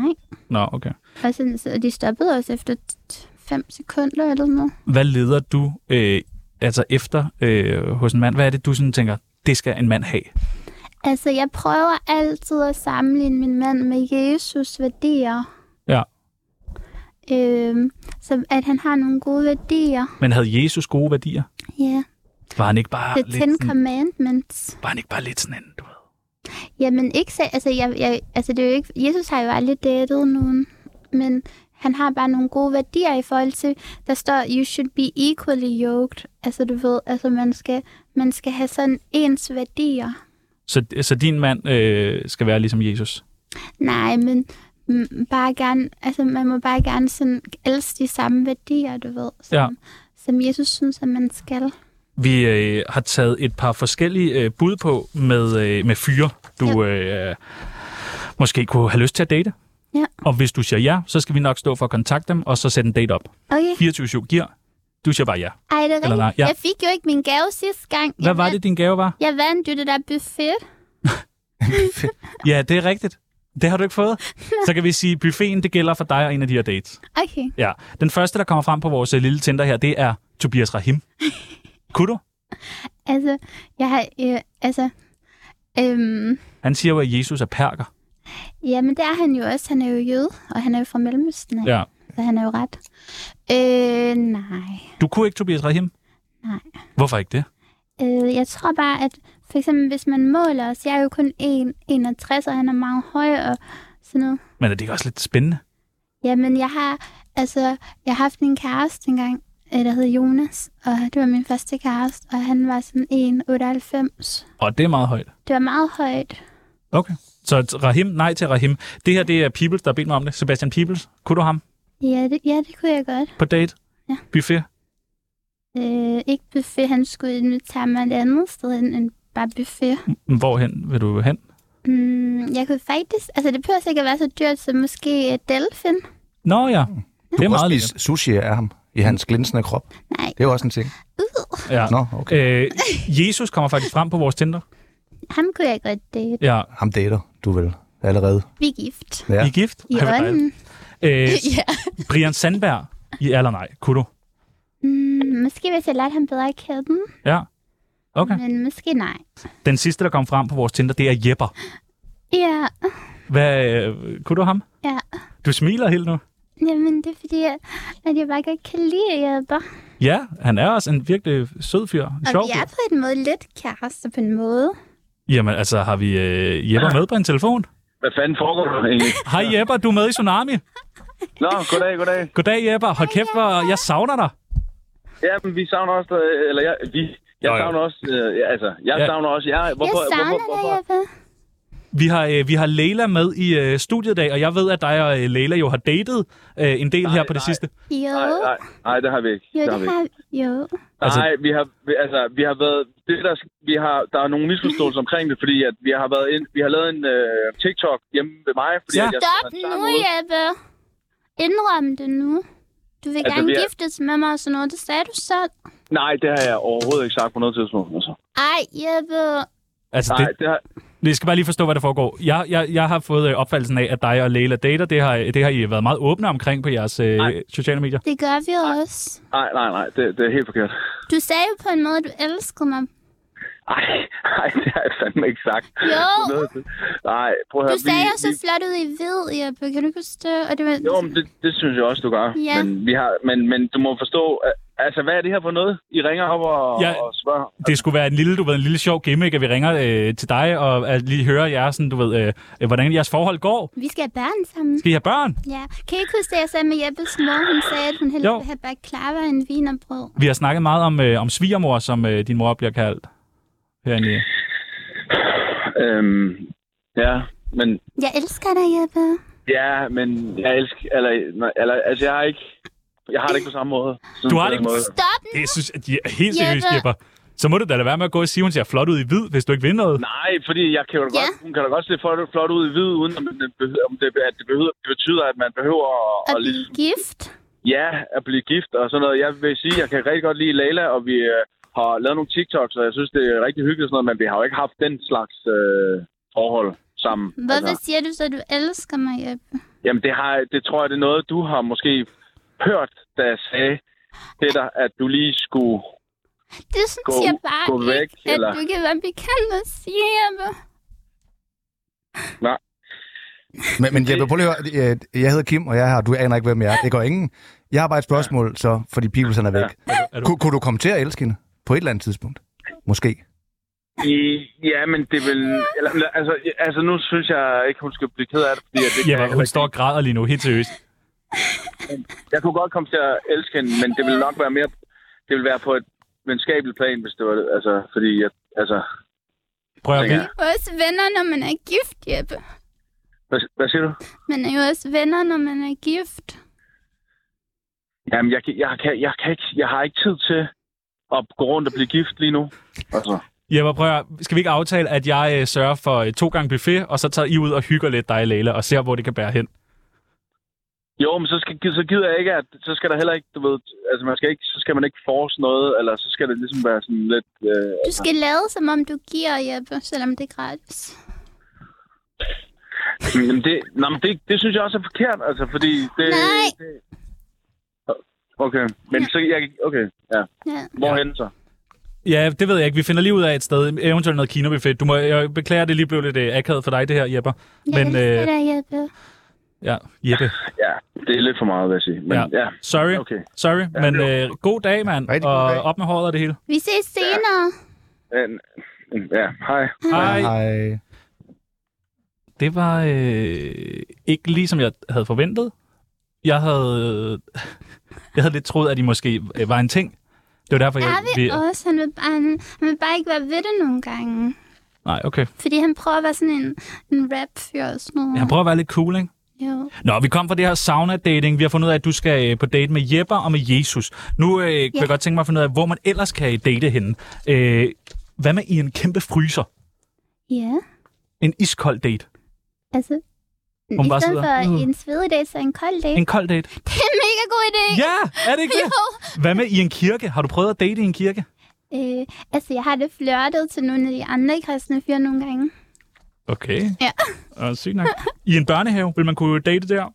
[SPEAKER 2] Nå, okay.
[SPEAKER 4] Og så, så de stoppede os efter 5 sekunder eller sådan noget.
[SPEAKER 2] Hvad leder du øh, altså efter øh, hos en mand? Hvad er det, du sådan tænker, det skal en mand have?
[SPEAKER 4] Altså, jeg prøver altid at sammenligne min mand med Jesus' værdier.
[SPEAKER 2] Ja.
[SPEAKER 4] Øhm, så at han har nogle gode værdier.
[SPEAKER 2] Men havde Jesus gode værdier?
[SPEAKER 4] Ja,
[SPEAKER 2] Var han ikke bare,
[SPEAKER 4] the
[SPEAKER 2] lidt
[SPEAKER 4] Ten
[SPEAKER 2] sådan,
[SPEAKER 4] Commandments.
[SPEAKER 2] var han ikke bare lidt sådan en, du ved?
[SPEAKER 4] Jamen, ikke så, altså, jeg, jeg, altså, det er jo ikke, Jesus har jo aldrig datet nogen, men han har bare nogle gode værdier i forhold til, der står, you should be equally yoked. Altså, du ved, altså, man skal, man skal have sådan ens værdier.
[SPEAKER 2] Så, så din mand øh, skal være ligesom Jesus?
[SPEAKER 4] Nej, men mm, bare gerne, altså man må bare gerne sådan elske de samme værdier, du ved, som,
[SPEAKER 2] Ja.
[SPEAKER 4] som Jesus synes, at man skal.
[SPEAKER 2] Vi øh, har taget et par forskellige øh, bud på med, øh, med fyre, du øh, måske kunne have lyst til at date.
[SPEAKER 4] Ja.
[SPEAKER 2] Og hvis du siger ja, så skal vi nok stå for at kontakte dem, og så sætte en date op.
[SPEAKER 4] Okay,
[SPEAKER 2] 24-7 giver. Du siger bare ja.
[SPEAKER 4] ej, det er
[SPEAKER 2] Eller nej,
[SPEAKER 4] rigtigt.
[SPEAKER 2] ja.
[SPEAKER 4] Jeg fik jo ikke min gave sidste gang.
[SPEAKER 2] Hvad
[SPEAKER 4] jeg
[SPEAKER 2] var
[SPEAKER 4] vandt-
[SPEAKER 2] det, din gave var?
[SPEAKER 4] Jeg vandt jo det der buffet.
[SPEAKER 2] Ja, det er rigtigt. Det har du ikke fået. Så kan vi sige, at buffeten det gælder for dig og en af de her dates.
[SPEAKER 4] Okay,
[SPEAKER 2] Ja. Den første, der kommer frem på vores øh, lille Tinder her, det er Tobias Rahim. Kunne du?
[SPEAKER 4] altså, jeg har, øh, altså, øhm,
[SPEAKER 2] Han siger jo, at Jesus er perker.
[SPEAKER 4] jamen det er han jo også. Han er jo jøde, og han er jo fra Mellemøsten, af,
[SPEAKER 2] Ja.
[SPEAKER 4] så han er jo ret. Øh, nej.
[SPEAKER 2] Du kunne ikke Tobias Rahim?
[SPEAKER 4] Nej.
[SPEAKER 2] Hvorfor ikke det?
[SPEAKER 4] Øh, jeg tror bare, at for eksempel, hvis man måler os, jeg er jo kun 1, 61, og han er meget høj og sådan noget.
[SPEAKER 2] Men er det ikke også lidt spændende?
[SPEAKER 4] Jamen, jeg har, altså, jeg har haft en kæreste engang, øh, der hed Jonas, og det var min første kæreste, og han var sådan 1,98.
[SPEAKER 2] Og det er meget højt.
[SPEAKER 4] Det var meget højt.
[SPEAKER 2] Okay. Så t- Rahim, nej til Rahim. Det her, det er Peoples, der har bedt mig om det. Sebastian Peoples, kunne du ham
[SPEAKER 4] Ja, det, ja, det kunne jeg godt.
[SPEAKER 2] på date?
[SPEAKER 4] Ja.
[SPEAKER 2] Buffet?
[SPEAKER 4] Øh, ikke buffet, han skulle invitere mig et andet sted end, end bare buffet.
[SPEAKER 2] M- Hvorhen vil du hen?
[SPEAKER 4] Mm, jeg kunne faktisk, altså det behøver ikke at være så dyrt, så måske øh, Delfin.
[SPEAKER 2] Nå ja, det er
[SPEAKER 3] Du kan
[SPEAKER 2] meget
[SPEAKER 3] også
[SPEAKER 2] lækkert.
[SPEAKER 3] spise sushi af ham i hans glinsende krop.
[SPEAKER 4] Nej.
[SPEAKER 3] Det er jo også en ting.
[SPEAKER 2] Ja.
[SPEAKER 3] Nå, okay.
[SPEAKER 2] Øh, Jesus kommer faktisk frem på vores Tinder.
[SPEAKER 4] Ham kunne jeg godt date.
[SPEAKER 2] Ja.
[SPEAKER 3] Ham dater du vel allerede.
[SPEAKER 4] Vi er gift.
[SPEAKER 2] ja.
[SPEAKER 3] Ja.
[SPEAKER 2] I er gift?
[SPEAKER 4] I
[SPEAKER 2] Ej, hvor dejligt.
[SPEAKER 4] ånden.
[SPEAKER 2] Øh,
[SPEAKER 7] Ja.
[SPEAKER 2] Brian Sandberg, i ja eller nej, kunne du?
[SPEAKER 4] Mm, måske hvis jeg lærte ham bedre at kende,
[SPEAKER 2] Ja. Okay.
[SPEAKER 4] men måske nej.
[SPEAKER 2] Den sidste, der kom frem på vores Tinder, det er Jepper.
[SPEAKER 4] Ja,
[SPEAKER 2] Hvad, øh, kunne du ham?
[SPEAKER 4] ja.
[SPEAKER 2] Du smiler helt nu.
[SPEAKER 4] Jamen, det er fordi, at at jeg bare godt kan lide hjælper.
[SPEAKER 2] Ja, han er også en virkelig sød fyr. En
[SPEAKER 4] Og
[SPEAKER 2] Sjov
[SPEAKER 4] vi
[SPEAKER 2] fyr.
[SPEAKER 4] er på en måde lidt kærester på en måde.
[SPEAKER 2] Jamen, altså, har vi øh, Jepper med på en telefon?
[SPEAKER 6] Hvad fanden foregår der egentlig?
[SPEAKER 2] Hej Jepper, du er med i Tsunami.
[SPEAKER 6] Nå, goddag, goddag.
[SPEAKER 2] Goddag Jepper. Hold kæft, hvor jeg savner dig.
[SPEAKER 6] Jamen, vi savner også, øh, eller jeg, vi,
[SPEAKER 2] Nå,
[SPEAKER 6] jeg Nå,
[SPEAKER 2] ja.
[SPEAKER 6] savner også, øh, ja, altså, jeg
[SPEAKER 2] Ja.
[SPEAKER 6] ja. savner også jer. Hvorfor,
[SPEAKER 4] jeg savner
[SPEAKER 6] hvorfor,
[SPEAKER 4] dig,
[SPEAKER 6] hvorfor?
[SPEAKER 4] Jeppe.
[SPEAKER 2] Vi har, øh, vi har Leila med i øh, studiet i dag, og jeg ved, at dig og øh, Leila jo har datet øh, en del her på det
[SPEAKER 6] nej.
[SPEAKER 2] sidste.
[SPEAKER 4] Jo,
[SPEAKER 6] Nej, nej, nej, det har vi ikke.
[SPEAKER 4] jo,
[SPEAKER 6] det har vi
[SPEAKER 4] det har vi.
[SPEAKER 6] ikke.
[SPEAKER 4] Jo.
[SPEAKER 2] Altså-
[SPEAKER 6] Altså... Nej, vi har, vi- altså, vi har været... Det, der, vi har, der er nogle misforståelser omkring det, fordi at vi har, været ind, vi har lavet en øh, TikTok hjemme ved mig. Fordi
[SPEAKER 2] Ja.
[SPEAKER 6] at jeg,
[SPEAKER 4] Stop
[SPEAKER 6] jeg-
[SPEAKER 4] nu, Jeppe. Indrøm det nu. Du vil
[SPEAKER 6] Altså,
[SPEAKER 4] gerne
[SPEAKER 6] vi er-
[SPEAKER 4] giftes med mig og sådan noget. Det sagde du selv.
[SPEAKER 6] Nej, det har jeg overhovedet ikke sagt på noget tidspunkt. Altså.
[SPEAKER 4] Ej, Jeppe.
[SPEAKER 2] Altså,
[SPEAKER 6] Nej,
[SPEAKER 2] det,
[SPEAKER 6] det har,
[SPEAKER 2] det skal bare lige forstå, hvad der foregår. Jeg, jeg, jeg har fået øh, opfattelsen af, at dig og Leila dater. Det har, det har I været meget åbne omkring på jeres øh,
[SPEAKER 6] Nej.
[SPEAKER 2] sociale medier.
[SPEAKER 4] Det gør vi også.
[SPEAKER 6] nej, nej, nej, det, det er helt forkert.
[SPEAKER 4] Du sagde jo på en måde, at du elskede mig.
[SPEAKER 6] Nej, nej, det har jeg fandme ikke sagt.
[SPEAKER 4] Jo.
[SPEAKER 6] Noget til- Nej, prøv at
[SPEAKER 4] Du
[SPEAKER 6] høre.
[SPEAKER 4] sagde,
[SPEAKER 6] vi,
[SPEAKER 4] jeg så
[SPEAKER 6] vi,
[SPEAKER 4] flot ud i hvid, Jeppe. Kan du ikke huske det? Og det var...
[SPEAKER 6] Jo, men det, det synes jeg også, du gør.
[SPEAKER 4] Ja.
[SPEAKER 6] Men, vi har, men, men du må forstå... øh, Altså, hvad er det her for noget? I ringer op og,
[SPEAKER 2] Ja.
[SPEAKER 6] ja. og spørger.
[SPEAKER 2] Det skulle være en lille, du ved, en lille sjov gimmick, at vi ringer øh, til dig og at lige høre jer, sådan, du ved, øh, øh, hvordan jeres forhold går.
[SPEAKER 4] Vi skal have børn sammen.
[SPEAKER 2] Skal I have børn?
[SPEAKER 4] Ja. Kan I ikke huske det, jeg sagde med Jeppes mor? Hun sagde, at hun hellere
[SPEAKER 2] Jo.
[SPEAKER 4] ville have bare klare en vinerbrød.
[SPEAKER 2] Vi har snakket meget om, øh, om svigermor, som øh, din mor bliver kaldt. Herinde.
[SPEAKER 6] Øhm, ja, men
[SPEAKER 4] Jeg elsker dig, Jeppe.
[SPEAKER 6] Ja, men jeg elsker... Eller, eller, altså, jeg har ikke... Jeg har det ikke på samme måde. Sådan
[SPEAKER 2] Du har
[SPEAKER 6] på
[SPEAKER 2] det
[SPEAKER 6] den
[SPEAKER 2] ikke-
[SPEAKER 6] måde.
[SPEAKER 4] Stop nu!
[SPEAKER 2] Det synes jeg, de er helt seriøst,
[SPEAKER 4] Jeppe.
[SPEAKER 2] Jeppe. Så må du da lade være med at gå og sige, at hun ser flot ud i hvid, hvis du ikke vil noget.
[SPEAKER 6] Nej, fordi jeg kan jo da
[SPEAKER 4] Ja.
[SPEAKER 6] godt, hun kan da godt se flot, flot ud i hvid, uden om det, behøver, om det, at det behøver, betyder, at man behøver at,
[SPEAKER 4] At
[SPEAKER 6] at,
[SPEAKER 4] blive
[SPEAKER 6] ligesom,
[SPEAKER 4] gift?
[SPEAKER 6] ja, at blive gift og sådan noget. Jeg vil sige, jeg kan rigtig godt lide Leila, og vi øh, har lavet nogle TikToks, og jeg synes, det er rigtig hyggeligt og sådan noget, men vi har jo ikke haft den slags øh, forhold sammen. Altså,
[SPEAKER 4] Hvorfor siger du så, at du elsker mig, Jeppe?
[SPEAKER 6] Jamen, det, har, det tror jeg, det er noget, du har måske hørt, da jeg sagde til dig, at du lige skulle...
[SPEAKER 4] Det synes
[SPEAKER 6] Gå-
[SPEAKER 4] jeg bare
[SPEAKER 6] gå væk,
[SPEAKER 4] ikke, at
[SPEAKER 6] eller-
[SPEAKER 4] du kan være bekendt med at sige, Jeppe.
[SPEAKER 6] Nej,
[SPEAKER 3] Men, men Jeppe, prøv lige at høre. Øh, Jeg hedder Kim, og jeg er her. Du aner ikke, hvem jeg er. Det går ingen. Jeg har bare et spørgsmål, så, fordi Pibels han er væk.
[SPEAKER 2] Er du-
[SPEAKER 3] Ku- Kunne du komme til at elske hende? På et eller andet tidspunkt? Måske.
[SPEAKER 6] I, ja, men det vil... Eller, eller, altså, ja, altså, nu synes jeg ikke, hun skal blive ked af det, fordi at det kan jeg
[SPEAKER 2] Jeppe,
[SPEAKER 6] heller
[SPEAKER 2] hun
[SPEAKER 6] ikke.
[SPEAKER 2] står og græder lige nu, helt seriøst.
[SPEAKER 6] Jeg kunne godt komme til at elske hende, men det vil nok være mere... Det vil være på et venskabeligt plan, hvis det var det. Altså, fordi jeg, altså,
[SPEAKER 2] Prøv at
[SPEAKER 6] Ja.
[SPEAKER 2] ja.
[SPEAKER 4] Man er jo også venner, når man er gift, Jeppe.
[SPEAKER 6] hvad, hvad siger du?
[SPEAKER 4] Man er jo også venner, når man er gift.
[SPEAKER 6] Jamen, jeg, kan- jeg, kan, jeg, kan ikke, jeg har ikke tid til at gå rundt og blive gift lige nu. Altså,
[SPEAKER 2] Jeppe, prøv at høre. Skal vi ikke aftale, at jeg øh, sørger for øh, to gange buffet, og så tager I ud og hygger lidt dig, Leila, og ser, hvor det kan bære hen?
[SPEAKER 6] jo, men så, skal, så gider jeg ikke, at så skal der heller ikke, du ved, altså man skal ikke, så skal man ikke force noget, eller så skal det ligesom være sådan lidt, øh,
[SPEAKER 4] Du skal lade, som om du giver, Jeppe, selvom det er gratis.
[SPEAKER 6] Men det, nej, men det, det synes jeg også er forkert, altså, fordi det...
[SPEAKER 4] Nej.
[SPEAKER 6] Det, okay, men så... Jeg, okay, ja.
[SPEAKER 4] Ja.
[SPEAKER 6] Hvorhen så?
[SPEAKER 2] Ja, det ved jeg ikke. Vi finder lige ud af et sted. Eventuelt noget kinobuffet. Du må, jeg beklager, det lige blev lidt øh, akavet for dig, det her, Jeppe.
[SPEAKER 4] Jeg
[SPEAKER 2] Men,
[SPEAKER 4] elsker
[SPEAKER 2] øh,
[SPEAKER 4] dig, Jeppe.
[SPEAKER 2] Ja, Jeppe.
[SPEAKER 6] Ja, det er lidt for meget, vil jeg sige. Men ja, ja,
[SPEAKER 2] Sorry,
[SPEAKER 6] Okay.
[SPEAKER 2] sorry. Men øh, god dag, mand.
[SPEAKER 3] Rigtig god
[SPEAKER 2] og
[SPEAKER 3] dag.
[SPEAKER 2] op med håret og det hele.
[SPEAKER 4] Vi ses senere.
[SPEAKER 6] en- en- ja hej.
[SPEAKER 2] Hej.
[SPEAKER 3] Hej.
[SPEAKER 2] Det var øh, ikke lige som jeg havde forventet. Jeg havde, jeg havde lidt troet, at I måske øh, var en ting. Det var derfor,
[SPEAKER 4] Er
[SPEAKER 2] jeg...
[SPEAKER 4] vi også? Han vil, bare, han, han vil bare ikke være ved det nogle gange.
[SPEAKER 2] Nej, okay.
[SPEAKER 4] Fordi han prøver at være sådan en, en rap-fyr og sådan noget.
[SPEAKER 2] Jeg prøver at være lidt cool, ikke?
[SPEAKER 4] Jo.
[SPEAKER 2] Nå, vi kom fra det her sauna-dating. Vi har fundet ud af, at du skal øh, på date med Jeppe og med Jesus. Nu øh, kunne
[SPEAKER 4] Ja.
[SPEAKER 2] jeg godt tænke mig at finde ud af, hvor man ellers kan øh, date henne. Øh, hvad med i en kæmpe fryser?
[SPEAKER 4] Ja,
[SPEAKER 2] En iskold date?
[SPEAKER 4] altså...
[SPEAKER 2] Hun
[SPEAKER 4] I
[SPEAKER 2] bare
[SPEAKER 4] stedet
[SPEAKER 2] sidder,
[SPEAKER 4] for
[SPEAKER 2] "Mm."
[SPEAKER 4] en svedig dag, så en kold dag.
[SPEAKER 2] En kold date?
[SPEAKER 4] Det er en mega god idé.
[SPEAKER 2] Ja, er det ikke det?
[SPEAKER 4] Jo.
[SPEAKER 2] Hvad med i en kirke? Har du prøvet at date i en kirke?
[SPEAKER 4] Øh, altså, jeg har det flørtet til nogle af de andre kristne fyre nogle gange.
[SPEAKER 2] Okay.
[SPEAKER 4] Ja.
[SPEAKER 2] Og sygt nok. I en børnehave? Vil man kunne date der?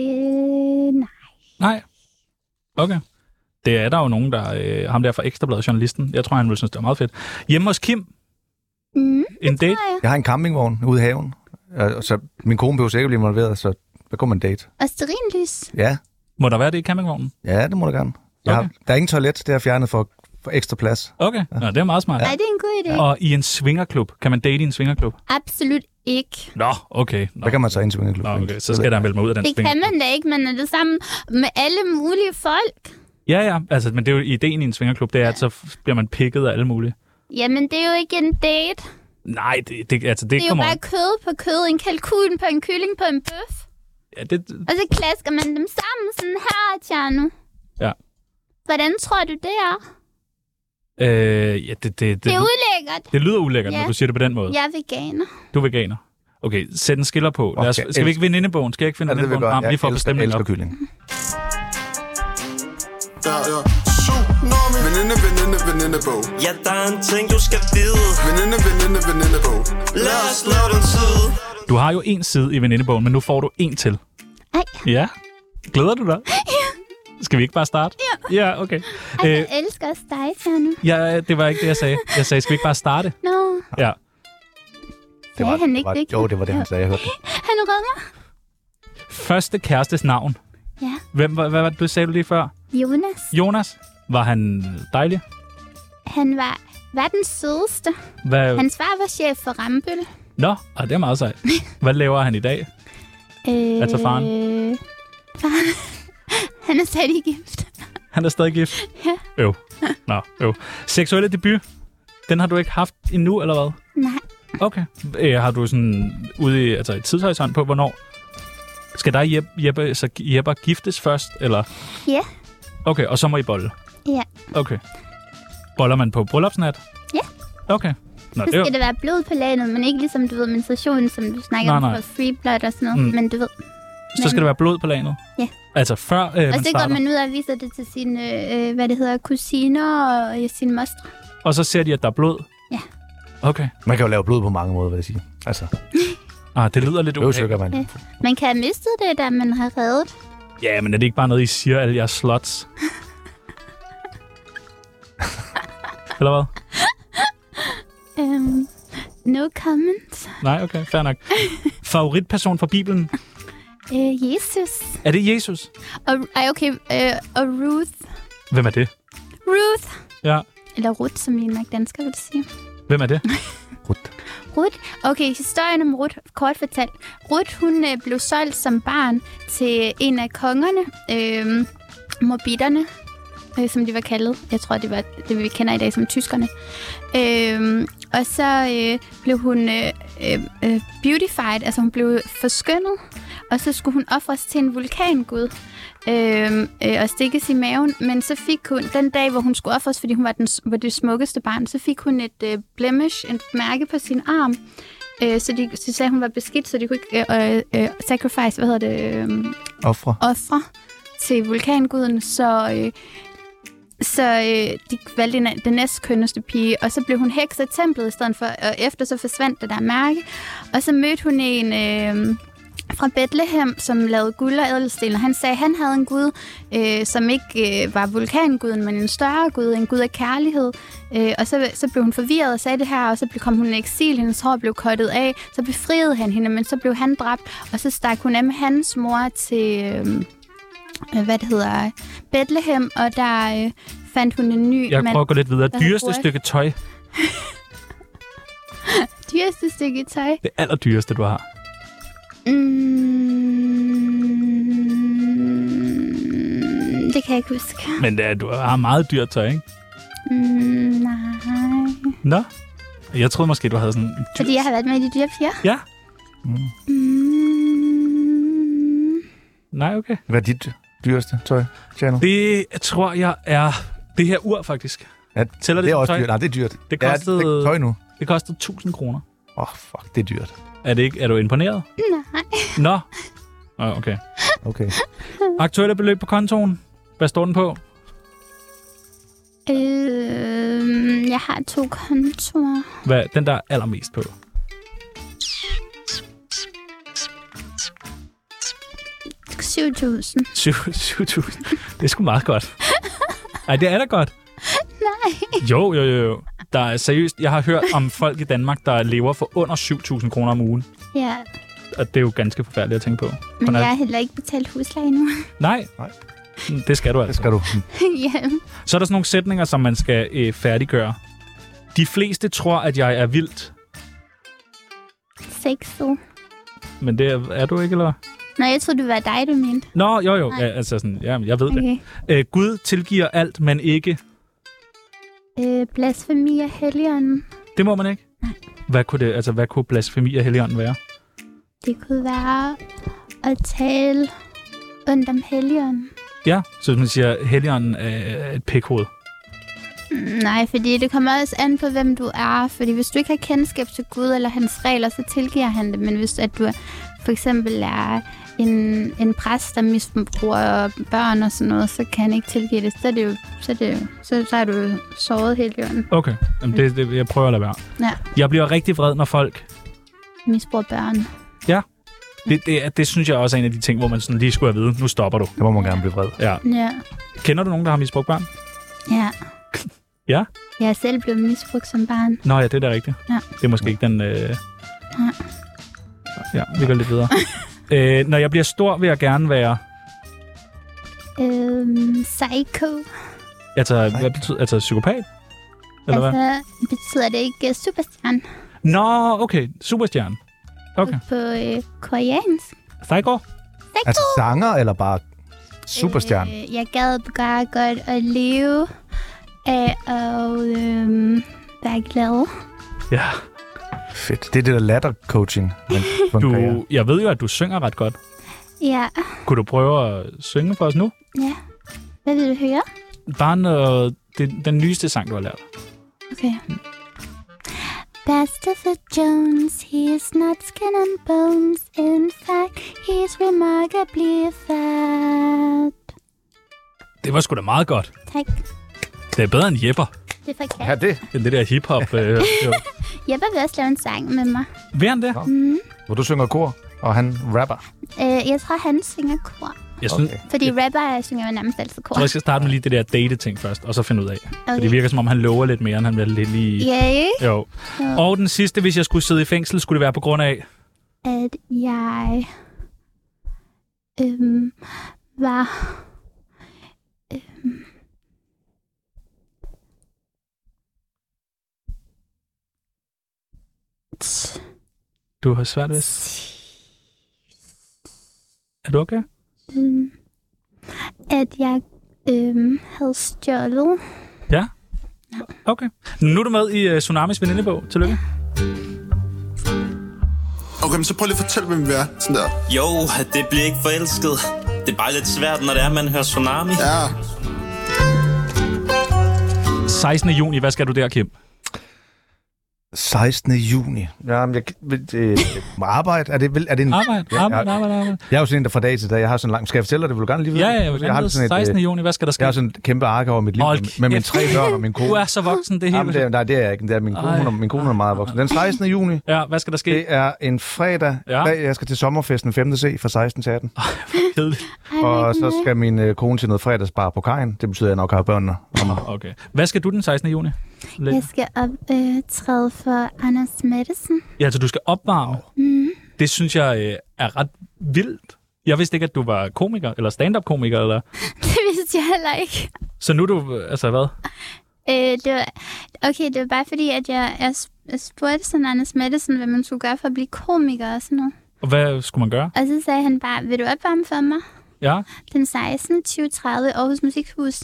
[SPEAKER 4] Øh, nej.
[SPEAKER 2] Nej. Okay. Det er der jo nogen, der... Øh, ham der fra Ekstrabladet, journalisten. Jeg tror, han ville synes, det var meget fedt. Hjemme hos Kim,
[SPEAKER 4] Mm.
[SPEAKER 2] en date.
[SPEAKER 3] Jeg har en campingvogn ude i haven, Øh, og og så min kone behøver sikkert blive involveret, så der kunne man date.
[SPEAKER 4] Og sterinlys.
[SPEAKER 3] Ja,
[SPEAKER 2] Må der være det i campingvognen?
[SPEAKER 3] ja det må du gerne. Jeg har,
[SPEAKER 2] Okay.
[SPEAKER 3] der er ingen toilet, det har jeg fjernet for, for ekstra plads.
[SPEAKER 2] Okay. Nå, det er meget smart.
[SPEAKER 4] Ja. Er det er en god idé? Ja.
[SPEAKER 2] Og i en svingerklub. Kan man date i en svingerklub?
[SPEAKER 4] Absolut ikke.
[SPEAKER 2] Nå, okay. Nå.
[SPEAKER 3] Der kan man så ind til
[SPEAKER 2] Nå, okay. Så skal der melde mig ud af den
[SPEAKER 4] Det kan man da ikke. Man er det sammen med alle mulige folk.
[SPEAKER 2] Ja, ja. Altså, men det er jo ideen i en svingerklub, det er, at så f- bliver man pikket af alle mulige.
[SPEAKER 4] Jamen, det er jo ikke en date.
[SPEAKER 2] Nej, det, det, altså, det,
[SPEAKER 4] Det er jo
[SPEAKER 2] kommer...
[SPEAKER 4] bare kød på kød, en kalkun på en kylling på en bøf.
[SPEAKER 2] Ja, det,
[SPEAKER 4] Og så klasker man dem sammen sådan her, Tjerno.
[SPEAKER 2] Ja.
[SPEAKER 4] Hvordan tror du, det er?
[SPEAKER 2] Øh, ja, det, det,
[SPEAKER 4] Det
[SPEAKER 2] det,
[SPEAKER 4] er ulækkert.
[SPEAKER 2] det lyder ulækkert,
[SPEAKER 4] Ja.
[SPEAKER 2] når du siger det på den måde.
[SPEAKER 4] Jeg er veganer.
[SPEAKER 2] Du er veganer. Okay, sæt en skiller på. Lad os,
[SPEAKER 3] Okay,
[SPEAKER 2] skal vi ikke
[SPEAKER 3] elsker-
[SPEAKER 2] vinde indebogen? Skal jeg ikke finde
[SPEAKER 3] det vil jeg
[SPEAKER 2] indebogen?
[SPEAKER 3] godt.
[SPEAKER 2] Jamen, lige for at
[SPEAKER 3] elsker,
[SPEAKER 2] bestemme den
[SPEAKER 3] elsker
[SPEAKER 2] op.
[SPEAKER 3] kylling.
[SPEAKER 8] Ja, ja. Tsunami. Veninde, veninde, venindebog.
[SPEAKER 5] Ja, der er en ting, du skal vide
[SPEAKER 8] Veninde, veninde, venindebog.
[SPEAKER 5] Lad os lave den tid
[SPEAKER 2] Du har jo en side i venindebogen, men nu får du en til.
[SPEAKER 4] Ej.
[SPEAKER 2] Ja. Glæder du dig? Skal vi ikke bare starte? Ja. Ja, okay.
[SPEAKER 4] Ej,
[SPEAKER 2] Øh,
[SPEAKER 4] jeg elsker også dig, her nu.
[SPEAKER 2] ja, det var ikke det, jeg sagde. Jeg sagde, skal vi ikke bare starte?
[SPEAKER 4] Nå,
[SPEAKER 2] Ja.
[SPEAKER 4] det var, han ikke
[SPEAKER 3] var,
[SPEAKER 4] det?
[SPEAKER 3] Jo, det var det, han sagde. Jeg hørte det.
[SPEAKER 4] Han rød mig.
[SPEAKER 2] Første kærestes navn.
[SPEAKER 4] Ja.
[SPEAKER 2] Hvem, hvad, hvad, hvad du sagde du lige før?
[SPEAKER 4] Jonas,
[SPEAKER 2] Jonas? Var han dejlig?
[SPEAKER 4] han var verdens sødeste.
[SPEAKER 2] Hvad?
[SPEAKER 4] Hans far var chef for Rambøl.
[SPEAKER 2] Nå, ah, det er meget sejt. Hvad laver han i dag?
[SPEAKER 4] Øh,
[SPEAKER 2] Altså faren?
[SPEAKER 4] faren. han er stadig gift.
[SPEAKER 2] Han er stadig gift. Ja. Øv. Nå, øv. Seksuelle debut. Den har du ikke haft endnu, eller hvad?
[SPEAKER 4] Nej,
[SPEAKER 2] Okay. Øh, har du sådan ude i, altså et tidshorisont på, hvornår? Skal dig Jeppe, Jeppe, så Jeppe giftes først, eller?
[SPEAKER 4] Ja.
[SPEAKER 2] Okay, og så må I bolle?
[SPEAKER 4] Ja.
[SPEAKER 2] Okay. Boller man på bryllupsnat?
[SPEAKER 4] Ja.
[SPEAKER 2] Okay. Nå,
[SPEAKER 4] så
[SPEAKER 2] det er
[SPEAKER 4] skal det være blod på laget, men ikke ligesom, du ved, menstruation, som du snakker
[SPEAKER 2] Nej,
[SPEAKER 4] om
[SPEAKER 2] nej.
[SPEAKER 4] på free blood og sådan noget.
[SPEAKER 2] Mm.
[SPEAKER 4] Men du ved,
[SPEAKER 2] så skal der være blod på lagenet?
[SPEAKER 4] Ja.
[SPEAKER 2] Altså før øh,
[SPEAKER 4] og
[SPEAKER 2] man
[SPEAKER 4] så går
[SPEAKER 2] starter,
[SPEAKER 4] man ud og viser det til sine, øh, hvad det hedder, kusiner og øh, sine mostre.
[SPEAKER 2] og så ser de, at der er blod?
[SPEAKER 4] Ja.
[SPEAKER 2] Okay.
[SPEAKER 3] Man kan jo lave blod på mange måder, vil jeg sige. Altså,
[SPEAKER 2] Ah, det lyder lidt okay.
[SPEAKER 3] blodsukker, man.
[SPEAKER 4] Ja. Man kan have mistet det, da man har reddet.
[SPEAKER 2] Ja, men er det ikke bare noget, I siger, alle jeres slots? Eller hvad?
[SPEAKER 4] Øhm, no comments.
[SPEAKER 2] Nej, okay, fair nok. Favoritperson fra Bibelen?
[SPEAKER 4] Øh, Jesus.
[SPEAKER 2] Er det Jesus?
[SPEAKER 4] Og, ej, okay, øh, og Ruth.
[SPEAKER 2] Hvem er det?
[SPEAKER 4] Ruth!
[SPEAKER 2] Ja.
[SPEAKER 4] Eller Ruth, som vi nok danskere vil sige.
[SPEAKER 2] Hvem er det?
[SPEAKER 4] Ruth. Okay, historien om Ruth, kort fortalt. Ruth, hun øh, blev solgt som barn til en af kongerne, øh, morbitterne, øh, som de var kaldet. Jeg tror, det var det, vi kender i dag som tyskerne. Øh, og så øh, blev hun øh, øh, øh, beautified, altså hun blev forskønnet, og så skulle hun ofres til en vulkangud øh, øh, og stikkes i maven. Men så fik hun, den dag, hvor hun skulle ofres, fordi hun var, den, s- var det smukkeste barn, så fik hun et øh, blemish, et mærke på sin arm, øh, så de så sagde, hun var beskidt, så de kunne ikke øh, øh, øh, sacrifice, hvad hedder det, øh,
[SPEAKER 3] Offre.
[SPEAKER 4] ofre til vulkanguden, så, øh, så øh, de valgte en, den næstkønneste pige, og så blev hun heks af templet i stedet for, og efter så forsvandt det der mærke, og så mødte hun en øh, fra Bethlehem, som lavede guld og ædelsten, og han sagde, at han havde en gud, øh, som ikke øh, var vulkanguden, men en større gud, en gud af kærlighed, øh, og så, så blev hun forvirret og sagde det her, og så blev- kom hun i eksil, hendes hår blev kottet af, så befriede han hende, men så blev han dræbt, og så stak hun af med hans mor til... Øh, øh, hvad det hedder, Bethlehem, og der øh, fandt hun en ny
[SPEAKER 2] Jeg
[SPEAKER 4] mand.
[SPEAKER 2] prøver at gå lidt videre.
[SPEAKER 4] Hvad
[SPEAKER 2] Dyreste
[SPEAKER 4] hedder
[SPEAKER 2] stykke tøj.
[SPEAKER 4] Dyreste stykke tøj.
[SPEAKER 2] Det allerdyreste, du har.
[SPEAKER 4] Mm, det kan jeg ikke huske.
[SPEAKER 2] Men ja, du har meget dyrt tøj, ikke?
[SPEAKER 4] Mm, nej.
[SPEAKER 2] Nå. Jeg troede måske, du havde sådan... en dyr-
[SPEAKER 4] Fordi jeg har været med i de dyre piger.
[SPEAKER 2] Ja.
[SPEAKER 4] Mm,
[SPEAKER 2] Nej, okay.
[SPEAKER 3] Hvad er dit dyreste tøj, Tjerno?
[SPEAKER 2] Det tror jeg er... Det her ur, faktisk.
[SPEAKER 3] Ja,
[SPEAKER 2] Tæller det
[SPEAKER 3] det er
[SPEAKER 2] som
[SPEAKER 3] også
[SPEAKER 2] tøj?
[SPEAKER 3] dyrt. Nej, det er dyrt.
[SPEAKER 2] Det
[SPEAKER 3] Ja,
[SPEAKER 2] kostede-
[SPEAKER 3] det er tøj nu.
[SPEAKER 2] Det kostede 1000 kroner.
[SPEAKER 3] Åh, oh, fuck, det er dyrt.
[SPEAKER 2] Er, det ikke, er du imponeret?
[SPEAKER 4] nej.
[SPEAKER 2] Nå. Nå, okay.
[SPEAKER 3] Okay.
[SPEAKER 2] Aktuelle beløb på kontoen. Hvad står den på?
[SPEAKER 4] Øh, jeg har to kontorer.
[SPEAKER 2] Hvad, den der er allermest på. 7.000.
[SPEAKER 4] $7.000.
[SPEAKER 2] Det er sgu meget godt. Ej, det er da godt. Nej. Jo, jo, jo. jo. Der er seriøst, jeg har hørt om folk i Danmark, der lever for under 7.000 kroner om ugen.
[SPEAKER 4] Ja,
[SPEAKER 2] Og det er jo ganske forfærdeligt at tænke på.
[SPEAKER 4] men
[SPEAKER 2] Hvordan-
[SPEAKER 4] jeg har heller ikke betalt husleje nu.
[SPEAKER 2] Nej.
[SPEAKER 3] Nej.
[SPEAKER 2] Det skal du
[SPEAKER 3] Det
[SPEAKER 2] altså.
[SPEAKER 3] skal du.
[SPEAKER 4] ja.
[SPEAKER 2] Så er der sådan nogle sætninger, som man skal øh, færdiggøre. De fleste tror, at jeg er vildt,
[SPEAKER 4] Sexet.
[SPEAKER 2] men det er, er du ikke, eller? hvad?
[SPEAKER 4] Nå, jeg troede, det var dig, du mente.
[SPEAKER 2] Nå, jo, jo.
[SPEAKER 4] Nej.
[SPEAKER 2] Ja, altså sådan, ja, jeg ved det.
[SPEAKER 4] Okay.
[SPEAKER 2] Øh, Gud tilgiver alt, men ikke.
[SPEAKER 4] Øh, blasfemi af helligånden.
[SPEAKER 2] Det må man ikke. Hvad kunne, det, altså, hvad kunne blasfemi af Helligånden være?
[SPEAKER 4] Det kunne være at tale ondt om helligånden.
[SPEAKER 2] Ja, så hvis man siger, at Helligånden er et pikhoved.
[SPEAKER 4] Nej, fordi det kommer også an på, hvem du er. Fordi hvis du ikke har kendskab til Gud eller hans regler, så tilgiver han det. Men hvis at du er- for eksempel er en, en præst, der misbruger børn og sådan noget, så kan han ikke tilgive det. Så er det jo, så er det jo, så, så er du jo såret hele jorden.
[SPEAKER 2] Okay, Jamen, det, det, jeg prøver at lade være.
[SPEAKER 4] Ja,
[SPEAKER 2] Jeg bliver rigtig vred, når folk...
[SPEAKER 4] misbruger børn.
[SPEAKER 2] Det, det, er- det synes jeg også er en af de ting, hvor man sådan lige skulle have vide, nu stopper du.
[SPEAKER 3] Der må man gerne blive vred.
[SPEAKER 2] Ja.
[SPEAKER 4] Ja,
[SPEAKER 2] Kender du nogen, der har misbrugt børn?
[SPEAKER 4] ja.
[SPEAKER 2] Ja?
[SPEAKER 4] Jeg er selv blevet misbrugt som barn.
[SPEAKER 2] Nå ja, det er da rigtigt.
[SPEAKER 4] Ja.
[SPEAKER 2] Det er måske ikke den... Øh... Ja, vi går lidt videre. øh, når jeg bliver stor, vil jeg gerne være...
[SPEAKER 4] Øhm, psycho.
[SPEAKER 2] Altså, hvad betyder... Altså, psykopat? Eller hvad?
[SPEAKER 4] Altså, betyder det ikke øh, superstjerne
[SPEAKER 2] Nå, okay. Superstjerne. Okay.
[SPEAKER 4] på øh, koreansk?
[SPEAKER 2] Thygård?
[SPEAKER 3] Altså sanger eller bare superstjerne?
[SPEAKER 4] Øh, jeg gad bare godt at leve øh, og øh, være glad.
[SPEAKER 2] Ja.
[SPEAKER 4] Øh.
[SPEAKER 3] Fedt. Det er det der lattercoaching, man fungerer.
[SPEAKER 2] Du, jeg ved jo, at du synger ret godt.
[SPEAKER 4] Ja.
[SPEAKER 2] Kunne du prøve at synge for os nu?
[SPEAKER 4] ja. Hvad vil du høre?
[SPEAKER 2] Bare noget, det, den nyeste sang, du har lært.
[SPEAKER 4] Okay. Christopher Jones, he's not skin and bones. In fact, he's remarkably fat.
[SPEAKER 2] Det var sgu da meget godt.
[SPEAKER 4] Tak.
[SPEAKER 2] Det er bedre end Jepper.
[SPEAKER 4] Det er forkert.
[SPEAKER 3] Ja, det.
[SPEAKER 2] End det der hiphop. Øh, jo.
[SPEAKER 4] Jeg vil også lave en sang med mig.
[SPEAKER 2] Vil han det?
[SPEAKER 4] Mm.
[SPEAKER 3] Hvor du synger kor, og han rapper.
[SPEAKER 4] Øh, jeg tror, han synger kor.
[SPEAKER 2] Jeg synes,
[SPEAKER 3] Okay.
[SPEAKER 4] Fordi rapper synger jo nærmest altid kor.
[SPEAKER 2] Jeg tror, jeg skal starte med lige det der date-ting først, og så finde ud af. Okay. For
[SPEAKER 4] Okay.
[SPEAKER 2] det virker, som om han lover lidt mere, end han vil lidt lige...
[SPEAKER 4] Ja, ikke?
[SPEAKER 2] Jo. Og den sidste, hvis jeg skulle sidde i fængsel, skulle det være på grund af...
[SPEAKER 4] at jeg øhm, var øhm,
[SPEAKER 2] Du har svært ved... Er du okay?
[SPEAKER 4] øhm, at jeg øhm, havde stjålet.
[SPEAKER 2] Ja? Okay. Nu er du med i uh, Tsunamis venindebog. Tillykke.
[SPEAKER 8] Okay, men så prøv lige at fortælle, hvem vi er. Sådan der.
[SPEAKER 5] Jo, det bliver ikke forelsket. Det er bare lidt svært, når det er, man hører tsunami.
[SPEAKER 8] Ja.
[SPEAKER 2] 16. juni. Hvad skal du der, Kim?
[SPEAKER 3] 16. juni. Jamen, jeg vil, øh, arbejde. Er det, vil, er det en...
[SPEAKER 2] Arbejde,
[SPEAKER 3] Ja,
[SPEAKER 2] arbejde,
[SPEAKER 3] ja.
[SPEAKER 2] arbejde, arbejde.
[SPEAKER 3] Jeg er jo sådan en, der fra dag til dag, jeg har sådan en lang... Skal jeg fortælle dig det? Vil du gerne lige vide?
[SPEAKER 2] Ja, ja, jeg vil
[SPEAKER 3] har
[SPEAKER 2] gerne vide.
[SPEAKER 3] sådan et, øh,
[SPEAKER 2] 16. juni. Hvad skal der ske?
[SPEAKER 3] Jeg har sådan et kæmpe ark over mit liv
[SPEAKER 2] Hold
[SPEAKER 3] med, med mine
[SPEAKER 2] kæft.
[SPEAKER 3] tre børn og min kone.
[SPEAKER 2] Du er så voksen, det
[SPEAKER 3] Jamen, det
[SPEAKER 2] hele.
[SPEAKER 3] er, nej, det er jeg ikke. Det er min kone,
[SPEAKER 2] Ej.
[SPEAKER 3] hun er, min kone hun er meget voksen. Den 16. juni,
[SPEAKER 2] Ja, hvad skal der ske?
[SPEAKER 3] det er en fredag.
[SPEAKER 2] Ja.
[SPEAKER 3] Ja. Jeg skal til sommerfesten 5. C fra 16 til 18.
[SPEAKER 2] Kedeligt.
[SPEAKER 4] Ej, hvor er
[SPEAKER 3] Og
[SPEAKER 4] det
[SPEAKER 3] så
[SPEAKER 4] noget.
[SPEAKER 3] skal min øh, kone til noget fredagsbar på kajen. Det betyder, at jeg nok har børnene.
[SPEAKER 2] Okay. Hvad skal du den 16. juni?
[SPEAKER 4] jeg skal optræde øh, træde for Anders Madsen.
[SPEAKER 2] Ja, altså, du skal opvarme.
[SPEAKER 4] Mm.
[SPEAKER 2] Det synes jeg øh, er ret vildt. Jeg vidste ikke, at du var komiker, eller stand-up-komiker, eller...
[SPEAKER 4] Det vidste jeg heller ikke.
[SPEAKER 2] Så nu er du, øh, altså hvad?
[SPEAKER 4] Øh, det var, okay, det var bare fordi, at jeg, jeg sp- jeg spurgte sådan Anders Madsen, hvad man skulle gøre for at blive komiker og sådan noget.
[SPEAKER 2] Og hvad skulle man gøre?
[SPEAKER 4] Og så sagde han bare, vil du opvarme for mig?
[SPEAKER 2] Ja,
[SPEAKER 4] den 16. 2030 Aarhus Musikhus.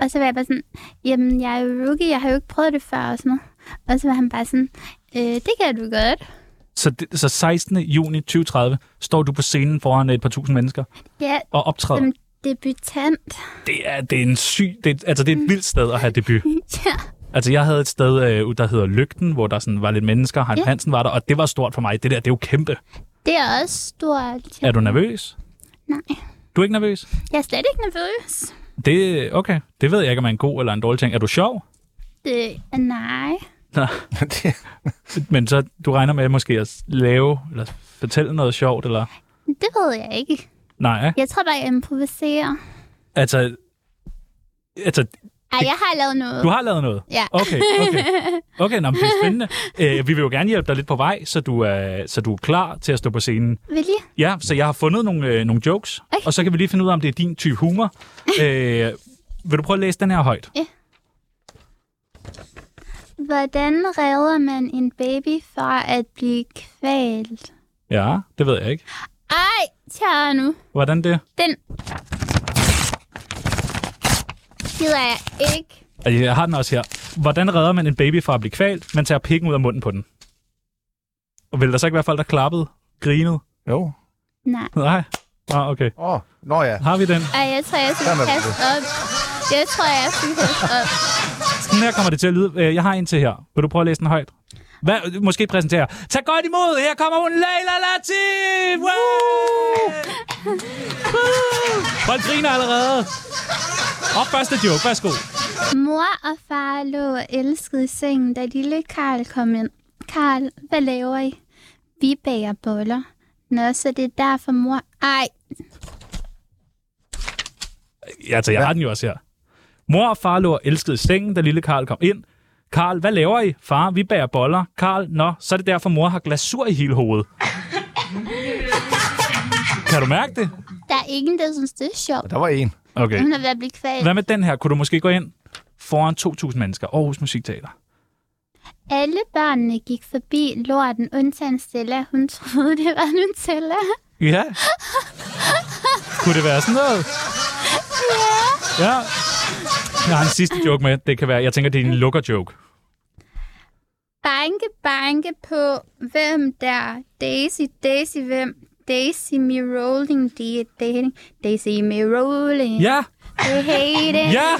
[SPEAKER 4] Og så var jeg bare sådan, jamen jeg er jo rookie, jeg har jo ikke prøvet det før og sådan noget. Og så var han bare sådan, øh, det kan du godt.
[SPEAKER 2] så, det, så 16. juni 2030 står du på scenen foran et par tusind mennesker
[SPEAKER 4] Ja,
[SPEAKER 2] og optræder.
[SPEAKER 4] som debutant.
[SPEAKER 2] Det er, det er en syg... Det, er- altså, det er et vildt sted at have debut.
[SPEAKER 4] ja.
[SPEAKER 2] Altså, jeg havde et sted, øh, der hedder Lygten, hvor der sådan var lidt mennesker. Han
[SPEAKER 4] Ja.
[SPEAKER 2] Hansen var der, og det var stort for mig. Det der, det er jo kæmpe.
[SPEAKER 4] Det er også stort.
[SPEAKER 2] Er du nervøs?
[SPEAKER 4] Nej,
[SPEAKER 2] Du er ikke nervøs?
[SPEAKER 4] jeg er slet ikke nervøs.
[SPEAKER 2] Det, okay. Det ved jeg ikke, om er en god eller en dårlig ting. Er du sjov?
[SPEAKER 4] Det, Øh, nej.
[SPEAKER 2] Nej. Men så, du regner med måske at lave, eller fortælle noget sjovt, eller...
[SPEAKER 4] Det ved jeg ikke.
[SPEAKER 2] Nej, ikke?
[SPEAKER 4] Jeg tror bare, jeg improviserer.
[SPEAKER 2] altså... Altså,
[SPEAKER 4] Ej, jeg har lavet noget.
[SPEAKER 2] du har lavet noget?
[SPEAKER 4] Ja.
[SPEAKER 2] Okay, okay. Okay, nå, men det er spændende. Æ, vi vil jo gerne hjælpe dig lidt på vej, så du, er, så du er klar til at stå på scenen.
[SPEAKER 4] Vil I?
[SPEAKER 2] Ja, så jeg har fundet nogle, øh, nogle jokes, okay. og så kan vi lige finde ud af, om det er din type humor. Æ, vil du prøve at læse den her højt?
[SPEAKER 4] Hvordan redder man en baby fra at blive kvalt?
[SPEAKER 2] Ja, det ved jeg ikke.
[SPEAKER 4] Ej, tjør nu.
[SPEAKER 2] Hvordan det?
[SPEAKER 4] Den gider jeg ikke.
[SPEAKER 2] Altså, jeg har den også her. Hvordan redder man en baby fra at blive kvalt? Man tager pikken ud af munden på den. Og vil der så ikke være folk, der klappede, grinede?
[SPEAKER 3] Jo.
[SPEAKER 4] Nej.
[SPEAKER 2] Nej. Ah, okay.
[SPEAKER 3] Åh, oh, nå ja.
[SPEAKER 2] Har vi den?
[SPEAKER 4] Ej, jeg tror, jeg skal
[SPEAKER 3] Sådan er det.
[SPEAKER 4] kaste op. Jeg tror, jeg skal kaste op.
[SPEAKER 2] Sådan her kommer det til at lyde. Øh, Jeg har en til her. Vil du prøve at læse den højt? Hvad? Måske præsentere. Tag godt imod. Her kommer hun, Leila Latif! Wow! Woo! Folk griner allerede. Og første joke. Værsgo.
[SPEAKER 4] Mor og far lå og elskede i sengen, da lille Karl kom ind. Karl, hvad laver I? Vi bager boller. Nå, så det er derfor, mor... Ej,
[SPEAKER 2] Ja, altså, jeg har den jo også her. Mor og far lå og elskede i sengen, da lille Karl kom ind. Karl, hvad laver I? Far, vi bager boller. Karl, nå, så er det derfor, mor har glasur i hele hovedet. kan du mærke det?
[SPEAKER 4] der er ingen, der synes, det er sjovt.
[SPEAKER 3] Der var en.
[SPEAKER 2] Okay.
[SPEAKER 4] Hun er ved at blive kvalt.
[SPEAKER 2] Hvad med den her? Kunne du måske gå ind foran 2.000 mennesker? Aarhus Musikteater.
[SPEAKER 4] Alle børnene gik forbi lorten, undtagen Stella. Hun troede, det var Nutella.
[SPEAKER 2] Ja. Kunne det være sådan noget? Ja. Ja. Jeg har en sidste joke med. Det kan være, jeg tænker, det er en lukker-joke.
[SPEAKER 4] Banke, banke på, hvem der? Daisy, Daisy, hvem? Daisy me rolling, de er dating. Daisy me rolling,
[SPEAKER 2] Ja,
[SPEAKER 4] they hate it.
[SPEAKER 2] ja.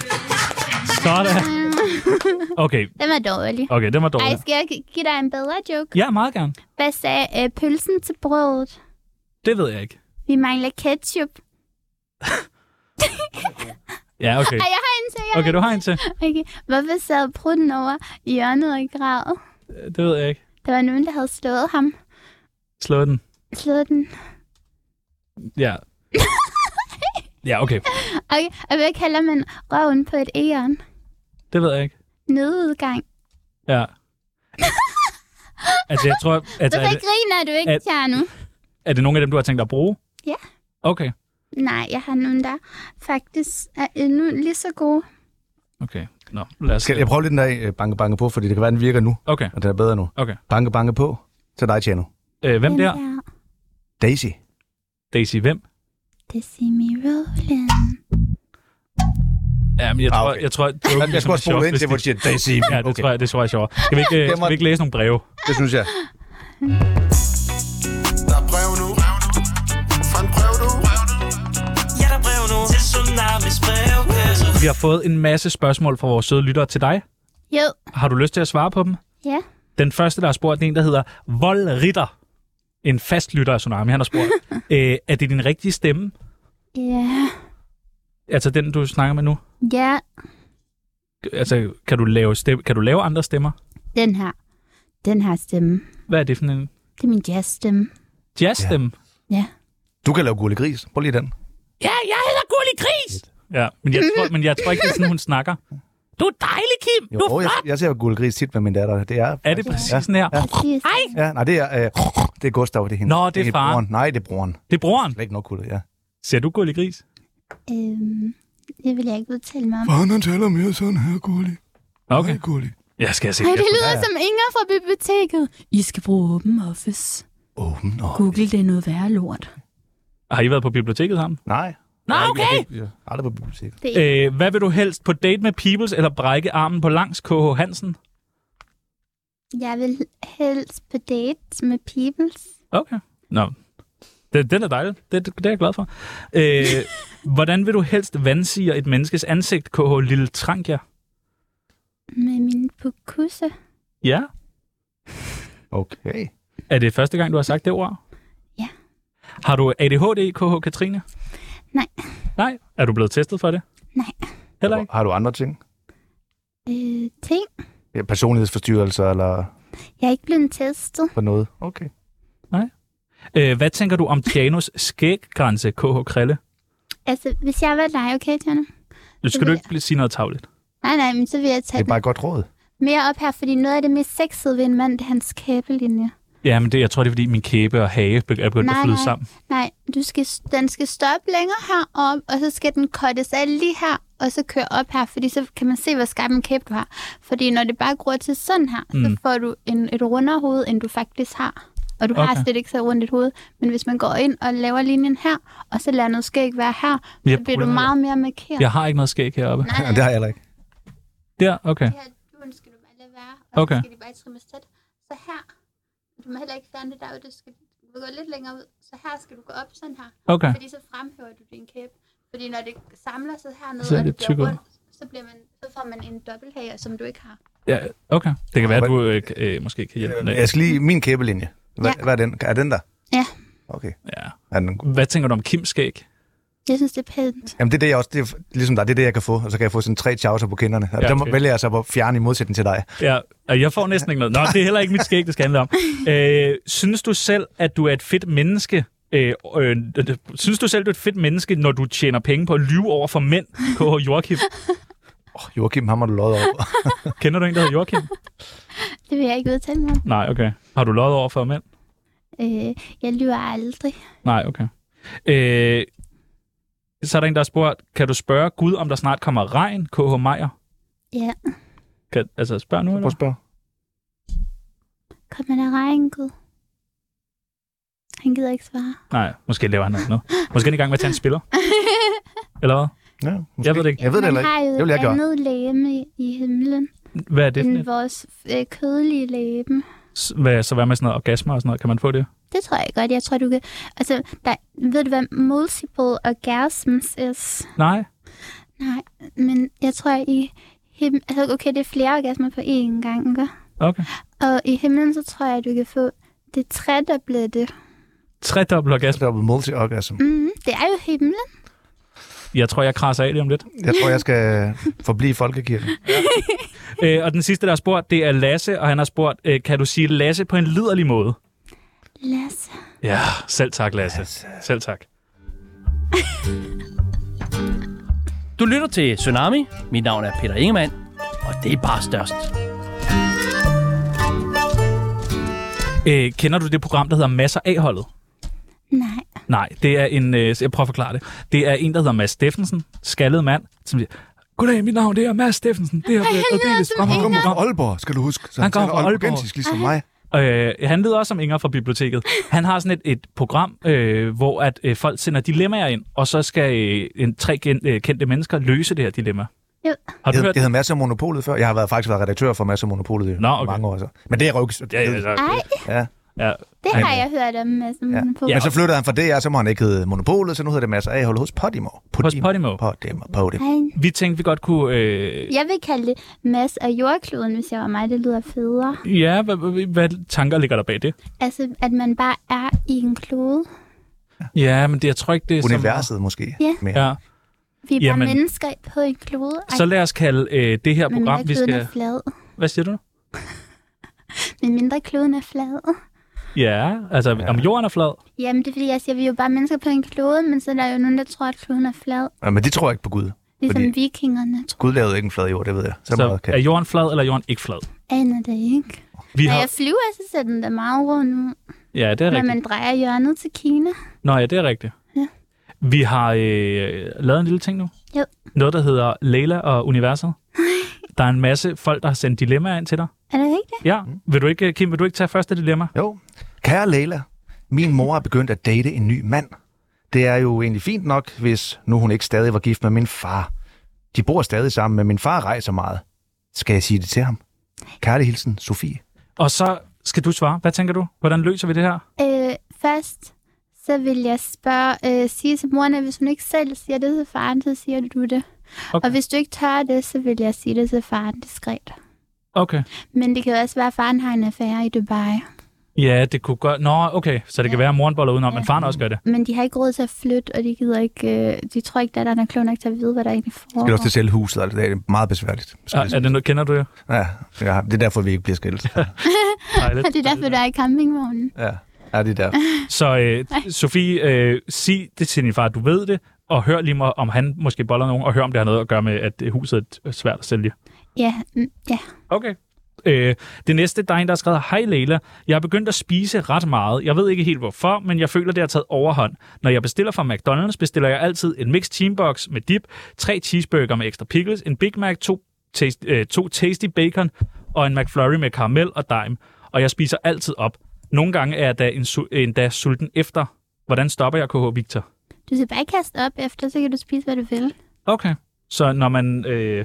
[SPEAKER 2] Sådan. Okay,
[SPEAKER 4] Den var dårlig.
[SPEAKER 2] okay, den var
[SPEAKER 4] Ej,
[SPEAKER 2] dårlig.
[SPEAKER 4] skal jeg gi- give dig en bedre joke?
[SPEAKER 2] Ja, meget gerne.
[SPEAKER 4] Hvad sagde øh, pølsen til brødet?
[SPEAKER 2] Det ved jeg ikke.
[SPEAKER 4] Vi mangler ketchup.
[SPEAKER 2] Ja, okay.
[SPEAKER 4] Ej, jeg har en til jer.
[SPEAKER 2] Okay, du har en til.
[SPEAKER 4] Okay. Hvorfor sad prutten over i hjørnet og græd?
[SPEAKER 2] Øh, Det ved jeg ikke.
[SPEAKER 4] Der var nogen, der havde slået ham.
[SPEAKER 2] Slå den.
[SPEAKER 4] Slået den.
[SPEAKER 2] Ja. Ja, okay.
[SPEAKER 4] Okay, og hvad kalder man røven på et æren?
[SPEAKER 2] Det ved jeg ikke.
[SPEAKER 4] Nødudgang.
[SPEAKER 2] Ja. Altså, jeg tror... Altså, er,
[SPEAKER 4] Hvorfor
[SPEAKER 2] det,
[SPEAKER 4] griner du ikke,
[SPEAKER 2] er-
[SPEAKER 4] Tjerno?
[SPEAKER 2] er det nogle af dem, du har tænkt dig at bruge?
[SPEAKER 4] Ja.
[SPEAKER 2] Okay,
[SPEAKER 4] Nej, jeg har nogen, der faktisk er endnu lige så gode.
[SPEAKER 2] okay. Nå, lad os...
[SPEAKER 3] Skal jeg prøve lidt den der øh, banke, banke på, fordi det kan være, den virker nu,
[SPEAKER 2] Okay,
[SPEAKER 3] og den er bedre nu.
[SPEAKER 2] okay.
[SPEAKER 3] Banke, banke på til dig, Tjano.
[SPEAKER 2] Øh, hvem der?
[SPEAKER 3] Daisy.
[SPEAKER 2] Daisy, hvem?
[SPEAKER 4] Det siger me rolling.
[SPEAKER 2] Jamen, jeg
[SPEAKER 3] Ah,
[SPEAKER 2] tror,
[SPEAKER 3] okay.
[SPEAKER 2] jeg tror... at joken
[SPEAKER 3] Jeg
[SPEAKER 2] ligesom
[SPEAKER 3] skal
[SPEAKER 2] er
[SPEAKER 3] også spole
[SPEAKER 2] sjov,
[SPEAKER 3] ind til, hvor
[SPEAKER 2] hvis
[SPEAKER 3] de siger, Daisy.
[SPEAKER 2] det- Ja, det tror jeg, det tror jeg er sjovere. Skal vi ikke, øh,
[SPEAKER 3] Det
[SPEAKER 2] skal
[SPEAKER 3] må-
[SPEAKER 2] vi ikke læse nogle breve?
[SPEAKER 3] det synes jeg.
[SPEAKER 8] Der er brev nu Fra en brev du
[SPEAKER 5] Ja, der er brev nu til Tsunamis brevkasse.
[SPEAKER 2] Vi har fået en masse spørgsmål fra vores søde lyttere til dig.
[SPEAKER 4] Jo,
[SPEAKER 2] Har du lyst til at svare på dem?
[SPEAKER 4] ja.
[SPEAKER 2] Den første, der har spurgt, det er en, der hedder Vold Ritter. En fast lytter af Tsunami, han har spurgt. Æ, er det din rigtige stemme?
[SPEAKER 4] Ja.
[SPEAKER 2] Altså den, du snakker med nu?
[SPEAKER 4] Ja,
[SPEAKER 2] Altså, kan du lave, stemme, kan du lave andre stemmer?
[SPEAKER 4] den her. Den her stemme.
[SPEAKER 2] Hvad er det for en
[SPEAKER 4] Det er min jazzstemme.
[SPEAKER 2] jazzstemme?
[SPEAKER 4] Ja.
[SPEAKER 3] Du kan lave gurle gris. Prøv lige den.
[SPEAKER 2] Ja, jeg hedder Gulli Gris! Ja, men jeg, tror, men jeg tror ikke, det er sådan, hun snakker. Du er dejlig, Kim!
[SPEAKER 3] Jo, åh, jeg, jeg ser jo gurle gris tit med min datter. Det er,
[SPEAKER 2] Er det præcis sådan her?
[SPEAKER 4] Præcis.
[SPEAKER 3] Ja, nej, det er, øh, det er Gustav, det er hende.
[SPEAKER 2] Nå, det er
[SPEAKER 3] ikke
[SPEAKER 2] faren.
[SPEAKER 3] Broren. Nej, det er broren.
[SPEAKER 2] Det er broren.
[SPEAKER 3] Slet ikke nok kulde, ja.
[SPEAKER 2] Ser du Gulli Gris?
[SPEAKER 4] Øhm, det vil jeg ikke udtale mig om.
[SPEAKER 8] Faren han taler mere sådan her, Gulli
[SPEAKER 2] Okay.
[SPEAKER 8] Gulli
[SPEAKER 2] Jeg skal se.
[SPEAKER 4] Ej, det lyder som Inger fra biblioteket. I skal bruge Open Office.
[SPEAKER 3] Åben oh,
[SPEAKER 4] Google, det er noget værre lort.
[SPEAKER 2] Har I været på biblioteket sammen?
[SPEAKER 3] Nej.
[SPEAKER 2] Nå,
[SPEAKER 3] Jeg er ikke-
[SPEAKER 2] okay!
[SPEAKER 3] Jeg er aldrig på biblioteket.
[SPEAKER 4] Det er
[SPEAKER 2] Øh, hvad vil du helst? På date med Peoples eller brække armen på langs KH Hansen?
[SPEAKER 4] Jeg vil helst på dates med peoples.
[SPEAKER 2] Okay. Nå. Det, den er dejlig. Det, det, det er jeg glad for. Øh, hvordan vil du helst vandsiger et menneskes ansigt, KH Lille Trankia?
[SPEAKER 4] Med min pukusse.
[SPEAKER 2] Ja.
[SPEAKER 3] Okay.
[SPEAKER 2] Er det første gang, du har sagt det ord?
[SPEAKER 4] Ja.
[SPEAKER 2] Har du ADHD, KH Katrine?
[SPEAKER 4] Nej.
[SPEAKER 2] Nej? Er du blevet testet for det?
[SPEAKER 4] Nej.
[SPEAKER 2] Heller ikke?
[SPEAKER 3] Har du andre ting?
[SPEAKER 4] Øh, ting.
[SPEAKER 3] Ja, personlighedsforstyrrelser eller
[SPEAKER 4] Jeg er ikke blevet testet.
[SPEAKER 3] på noget? Okay.
[SPEAKER 2] Øh, hvad tænker du om Tjanos skæggrænse, KH Krille?
[SPEAKER 4] Altså, hvis jeg var dig, okay, Tjerno?
[SPEAKER 2] Nu skal du ikke bl- sige noget tavligt.
[SPEAKER 4] Nej, nej, men så vil jeg
[SPEAKER 3] Det
[SPEAKER 4] tage
[SPEAKER 3] er
[SPEAKER 4] den
[SPEAKER 3] bare et godt råd.
[SPEAKER 4] mere op her, fordi noget af det mest sexede ved en mand, det er hans kæbelinje.
[SPEAKER 2] Ja, men det, jeg tror, det er, fordi min kæbe og hage be- er begyndt
[SPEAKER 4] Nej,
[SPEAKER 2] at flyde
[SPEAKER 4] nej.
[SPEAKER 2] sammen.
[SPEAKER 4] Nej, du skal, den skal stoppe længere heroppe, og så skal den kottes af lige her, og så køre op her, fordi så kan man se, hvor skarp en kæbe du har. Fordi når det bare gror til sådan her, mm. så får du en, et rundere hoved, end du faktisk har. Og du okay. har
[SPEAKER 2] Okay.
[SPEAKER 4] slet ikke så rundt et hoved. Men hvis man går ind og laver linjen her, og så lader noget skæg være her,
[SPEAKER 2] Jeg
[SPEAKER 4] så bliver du
[SPEAKER 2] prøver-
[SPEAKER 4] meget mere markeret.
[SPEAKER 2] Jeg har ikke noget skæg heroppe.
[SPEAKER 3] Ja, det har jeg heller ikke.
[SPEAKER 2] Der, okay.
[SPEAKER 4] Her duen skal du bare lade være, og
[SPEAKER 2] Okay.
[SPEAKER 4] så skal de bare trimmes tæt. Så her, du må heller ikke fjerne det derud, du skal du må gå lidt længere ud. Så her skal du gå op sådan her.
[SPEAKER 2] Okay.
[SPEAKER 4] Fordi så fremhæver du din kæbe. Fordi når det samler sig hernede,
[SPEAKER 2] Så er
[SPEAKER 4] og
[SPEAKER 2] det
[SPEAKER 4] det
[SPEAKER 2] tyk ud.
[SPEAKER 4] bliver rundt, så, bliver man, så får man en dobbelthager, som du ikke har.
[SPEAKER 2] Ja, okay. Det kan være, at
[SPEAKER 3] Hvad-
[SPEAKER 2] du øh, kan- øh, måske kan hjælpe med.
[SPEAKER 3] Jeg skal lige... Min kæbelinje. Hvad,
[SPEAKER 4] Ja.
[SPEAKER 3] hvad er den? Er den der?
[SPEAKER 4] Ja.
[SPEAKER 3] Okay.
[SPEAKER 2] Ja.
[SPEAKER 3] Er den god?
[SPEAKER 2] Hvad tænker du om Kims skæg?
[SPEAKER 4] Jeg synes, det er pænt.
[SPEAKER 3] Jamen, det er det, jeg også... Det er, ligesom dig, det er det, jeg kan få. Og så kan jeg få sådan tre chaucer på kinderne. Og
[SPEAKER 2] Ja,
[SPEAKER 3] ja, dem
[SPEAKER 2] okay.
[SPEAKER 3] vælger jeg så at fjerne i modsætning til dig.
[SPEAKER 2] Ja, og jeg får næsten ikke noget. Nå, det er heller ikke mit skæg, det skal handle om. Øh, synes du selv, at du er et fedt menneske? Øh, øh, øh, synes du selv, du er et fedt menneske, når du tjener penge på at lyve over for mænd på Joachim?
[SPEAKER 3] Oh, Joachim, ham har du løjet over.
[SPEAKER 2] Kender du en, der hedder Joachim?
[SPEAKER 4] Det vil jeg ikke udtale mig om.
[SPEAKER 2] Nej, okay. Har du løjet over for mænd?
[SPEAKER 4] Øh, jeg lyver aldrig.
[SPEAKER 2] Nej, okay. Øh, så er der en, der har spurgt, kan du spørge Gud, om der snart kommer regn, K.H. Meier?
[SPEAKER 4] Ja.
[SPEAKER 2] Kan, altså, spørg nu,
[SPEAKER 3] Prøv at
[SPEAKER 2] eller?
[SPEAKER 3] spørge.
[SPEAKER 4] Kommer der regn, Gud? Han gider ikke svare.
[SPEAKER 2] Nej, måske laver han noget nu. Måske er han i gang med at tage en spiller. Eller hvad?
[SPEAKER 3] Ja, måske.
[SPEAKER 2] Jeg ved det ikke.
[SPEAKER 3] Jeg ved det
[SPEAKER 4] Man
[SPEAKER 3] heller
[SPEAKER 4] har
[SPEAKER 3] ikke.
[SPEAKER 4] jo
[SPEAKER 3] Det vil jeg
[SPEAKER 4] et
[SPEAKER 3] gøre.
[SPEAKER 4] andet lægeme i- i himlen,
[SPEAKER 2] Hvad er det for
[SPEAKER 4] end
[SPEAKER 2] et?
[SPEAKER 4] vores øh, kødelige lægeme.
[SPEAKER 2] S- Hvad, så hvad med sådan noget orgasmer og sådan noget? Kan man få det?
[SPEAKER 4] Det tror jeg godt. Jeg tror, du kan... Altså, der, ved du, hvad multiple orgasms is?
[SPEAKER 2] Nej.
[SPEAKER 4] Nej, men jeg tror, i him- altså, okay, det er flere orgasmer på én gang, ikke?
[SPEAKER 2] Okay.
[SPEAKER 4] Og i himlen, så tror jeg, at du kan få det tredobbelte.
[SPEAKER 2] Tredobbelt orgasme.
[SPEAKER 3] Det er multi-orgasm.
[SPEAKER 4] Mm, det er jo himlen.
[SPEAKER 2] Jeg tror, jeg krasser af lige om lidt.
[SPEAKER 3] Jeg tror, jeg skal forblive i folkekirken.
[SPEAKER 2] Øh, og den sidste, der har spurgt, det er Lasse, og han har spurgt, øh, kan du sige Lasse på en liderlig måde?
[SPEAKER 4] Lasse.
[SPEAKER 2] Ja, selv tak, Lasse. Selv tak.
[SPEAKER 9] Du lytter til Tsunami. Mit navn er Peter Ingemann, og det er bare størst.
[SPEAKER 2] Øh, kender du det program, der hedder Masser A-holdet?
[SPEAKER 4] Nej.
[SPEAKER 2] Nej, det er en... Øh, jeg prøver at forklare det. Det er en, der hedder Mads Steffensen, skaldet mand, som siger, Goddag, mit navn det er Mads Steffensen. Det er blevet aldeles
[SPEAKER 3] Han kommer
[SPEAKER 2] fremragende
[SPEAKER 3] fra
[SPEAKER 2] program.
[SPEAKER 3] Aalborg, skal du huske. Så
[SPEAKER 2] Han kommer
[SPEAKER 3] taler
[SPEAKER 2] fra Aalborg.
[SPEAKER 3] aalborgensisk, ligesom mig.
[SPEAKER 2] Øh, han lyder også som Inger fra biblioteket. Han har sådan et, et program, øh, hvor at øh, folk sender dilemmaer ind, og så skal øh, en, tre gen, øh, kendte mennesker løse det her dilemma.
[SPEAKER 4] Jo.
[SPEAKER 2] Har du
[SPEAKER 3] Jeg,
[SPEAKER 2] hørt
[SPEAKER 3] jeg hedder Masser af Monopolet før. Jeg har været, faktisk været redaktør for Masser af Monopolet i
[SPEAKER 2] Nå, okay.
[SPEAKER 3] mange år. Så. Men det er røvkes.
[SPEAKER 2] Ja, ja, ja.
[SPEAKER 4] Ej,
[SPEAKER 3] ja.
[SPEAKER 2] ja.
[SPEAKER 4] det har jeg hørt om, Mads. Ja.
[SPEAKER 2] Ja,
[SPEAKER 3] Men så flyttede han fra DR, så må han ikke hedde Monopolet, så nu hedder det Masser af hos Podimo.
[SPEAKER 2] Podimo.
[SPEAKER 3] Podimo. Podimo.
[SPEAKER 4] Ej,
[SPEAKER 2] Vi tænkte, vi godt kunne... Øh,
[SPEAKER 4] jeg vil kalde det Mads og jordkloden, hvis jeg var mig. Det lyder federe.
[SPEAKER 2] ja, hvad, hvad, hvad tanker ligger der bag det?
[SPEAKER 4] Altså, at man bare er i en klode.
[SPEAKER 2] Ja, men det, jeg tror ikke, det er så meget.
[SPEAKER 3] Universet måske.
[SPEAKER 4] Ja.
[SPEAKER 3] Mere.
[SPEAKER 2] Ja.
[SPEAKER 4] Vi er bare
[SPEAKER 2] Jamen.
[SPEAKER 4] mennesker på en klode. Ej,
[SPEAKER 2] Så lad os kalde øh, det her
[SPEAKER 4] men mindre
[SPEAKER 2] program, vi
[SPEAKER 4] kloden
[SPEAKER 2] skal...
[SPEAKER 4] er flad.
[SPEAKER 2] Hvad siger du?
[SPEAKER 4] Men mindre kloden er flad.
[SPEAKER 2] Ja, altså ja. om jorden er flad.
[SPEAKER 4] Jamen, det er fordi, jeg siger, at vi er jo bare mennesker på en klode, men så er der jo nogen, der tror, at kloden er flad.
[SPEAKER 3] Ja, men de tror ikke på Gud.
[SPEAKER 4] Ligesom
[SPEAKER 3] Fordi-
[SPEAKER 4] Fordi... vikingerne tror.
[SPEAKER 3] Gud lavede ikke en flad jord, det ved jeg. Så,
[SPEAKER 2] Så
[SPEAKER 3] meget kan
[SPEAKER 2] er
[SPEAKER 3] jeg.
[SPEAKER 2] jorden flad, eller er jorden ikke flad?
[SPEAKER 4] Aner det ikke.
[SPEAKER 2] Vi
[SPEAKER 4] Når
[SPEAKER 2] har...
[SPEAKER 4] jeg flyver, så ser den da meget rundt ud.
[SPEAKER 2] Ja, det er
[SPEAKER 4] Når
[SPEAKER 2] rigtigt.
[SPEAKER 4] man drejer hjørnet til Kina.
[SPEAKER 2] Nå ja, det er rigtigt.
[SPEAKER 4] Ja.
[SPEAKER 2] Vi har øh, lavet en lille ting nu.
[SPEAKER 4] Jo.
[SPEAKER 2] Noget, der hedder Leila og Universet. Der er en masse folk, der har sendt dilemmaer ind til dig.
[SPEAKER 4] Er det ikke det?
[SPEAKER 2] Ja, vil du ikke, øh, Kim, vil du ikke tage første dilemma?
[SPEAKER 3] Jo. Kære Leila, min mor er begyndt at date en ny mand. Det er jo egentlig fint nok, hvis nu hun ikke stadig var gift med min far. De bor stadig sammen, men min far rejser meget. Skal jeg sige det til ham? Kærlig hilsen, Sofie.
[SPEAKER 2] Og så skal du svare. Hvad tænker du? Hvordan løser vi det her?
[SPEAKER 4] Øh, først, så vil jeg spørge, øh, sige til moren, at hvis hun ikke selv siger det til faren, så siger du det.
[SPEAKER 2] Okay.
[SPEAKER 4] Okay. Og hvis du ikke tør det, så vil jeg sige det til faren diskret.
[SPEAKER 2] Okay.
[SPEAKER 4] Men det kan jo også være, at faren har en affære i Dubai.
[SPEAKER 2] Ja, det kunne godt... Nå, okay. Så det kan være, at moren boller udenom, men
[SPEAKER 4] Ja.
[SPEAKER 2] faren også gør det.
[SPEAKER 4] Men de har ikke råd til at flytte, og de gider ikke, øh, de tror ikke, datteren er klog nok til at vide, hvad der egentlig foregår.
[SPEAKER 3] Skal også til selv huset, og det er meget besværligt.
[SPEAKER 2] Er, er det noget, kender du det?
[SPEAKER 3] Ja, ja, det er derfor, vi ikke bliver skilt.
[SPEAKER 2] Dejligt.
[SPEAKER 4] Og det er derfor, du er i campingvognen.
[SPEAKER 3] Ja, ja det er der.
[SPEAKER 2] Så øh, Sofie, øh, sig det til din far, at du ved det, og hør lige mig, om han måske boller nogen, og hør, om det har noget at gøre med, at øh, huset er svært at sælge.
[SPEAKER 4] Ja, mm, ja.
[SPEAKER 2] Okay. Øh, det næste, der er en, der har skrevet, Hej Leila, jeg er begyndt at spise ret meget. Jeg ved ikke helt hvorfor, men jeg føler, det har taget overhånd. Når jeg bestiller fra McDonald's, bestiller jeg altid en mixed teambox med dip, tre cheeseburger med ekstra pickles, en Big Mac, to, taste, øh, to tasty bacon og en McFlurry med karamel og dime. Og jeg spiser altid op. Nogle gange er jeg da en su- endda sulten efter. Hvordan stopper jeg KH Victor?
[SPEAKER 4] Du skal bare kaste op efter, så kan du spise, hvad du vil.
[SPEAKER 2] Okay. Så når man... Øh,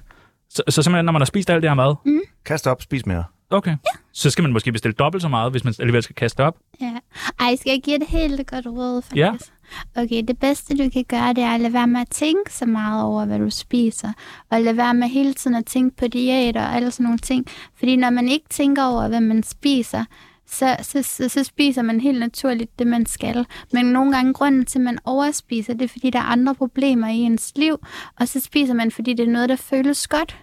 [SPEAKER 2] så, så simpelthen, når man har spist alt det her mad,
[SPEAKER 3] Kast op, spis mere.
[SPEAKER 2] Okay. Ja. Så skal man måske bestille dobbelt så meget, hvis man alligevel skal kaste op.
[SPEAKER 4] Ja. Ej, skal jeg give et helt godt råd, faktisk?
[SPEAKER 2] Ja.
[SPEAKER 4] Okay, det bedste du kan gøre, det er at lade være med at tænke så meget over, hvad du spiser. Og lade være med hele tiden at tænke på diæter og alle sådan nogle ting. Fordi når man ikke tænker over, hvad man spiser, så, så, så, så spiser man helt naturligt det, man skal. Men nogle gange grunden til, at man overspiser, det er, fordi der er andre problemer i ens liv. Og så spiser man, fordi det er noget, der føles godt.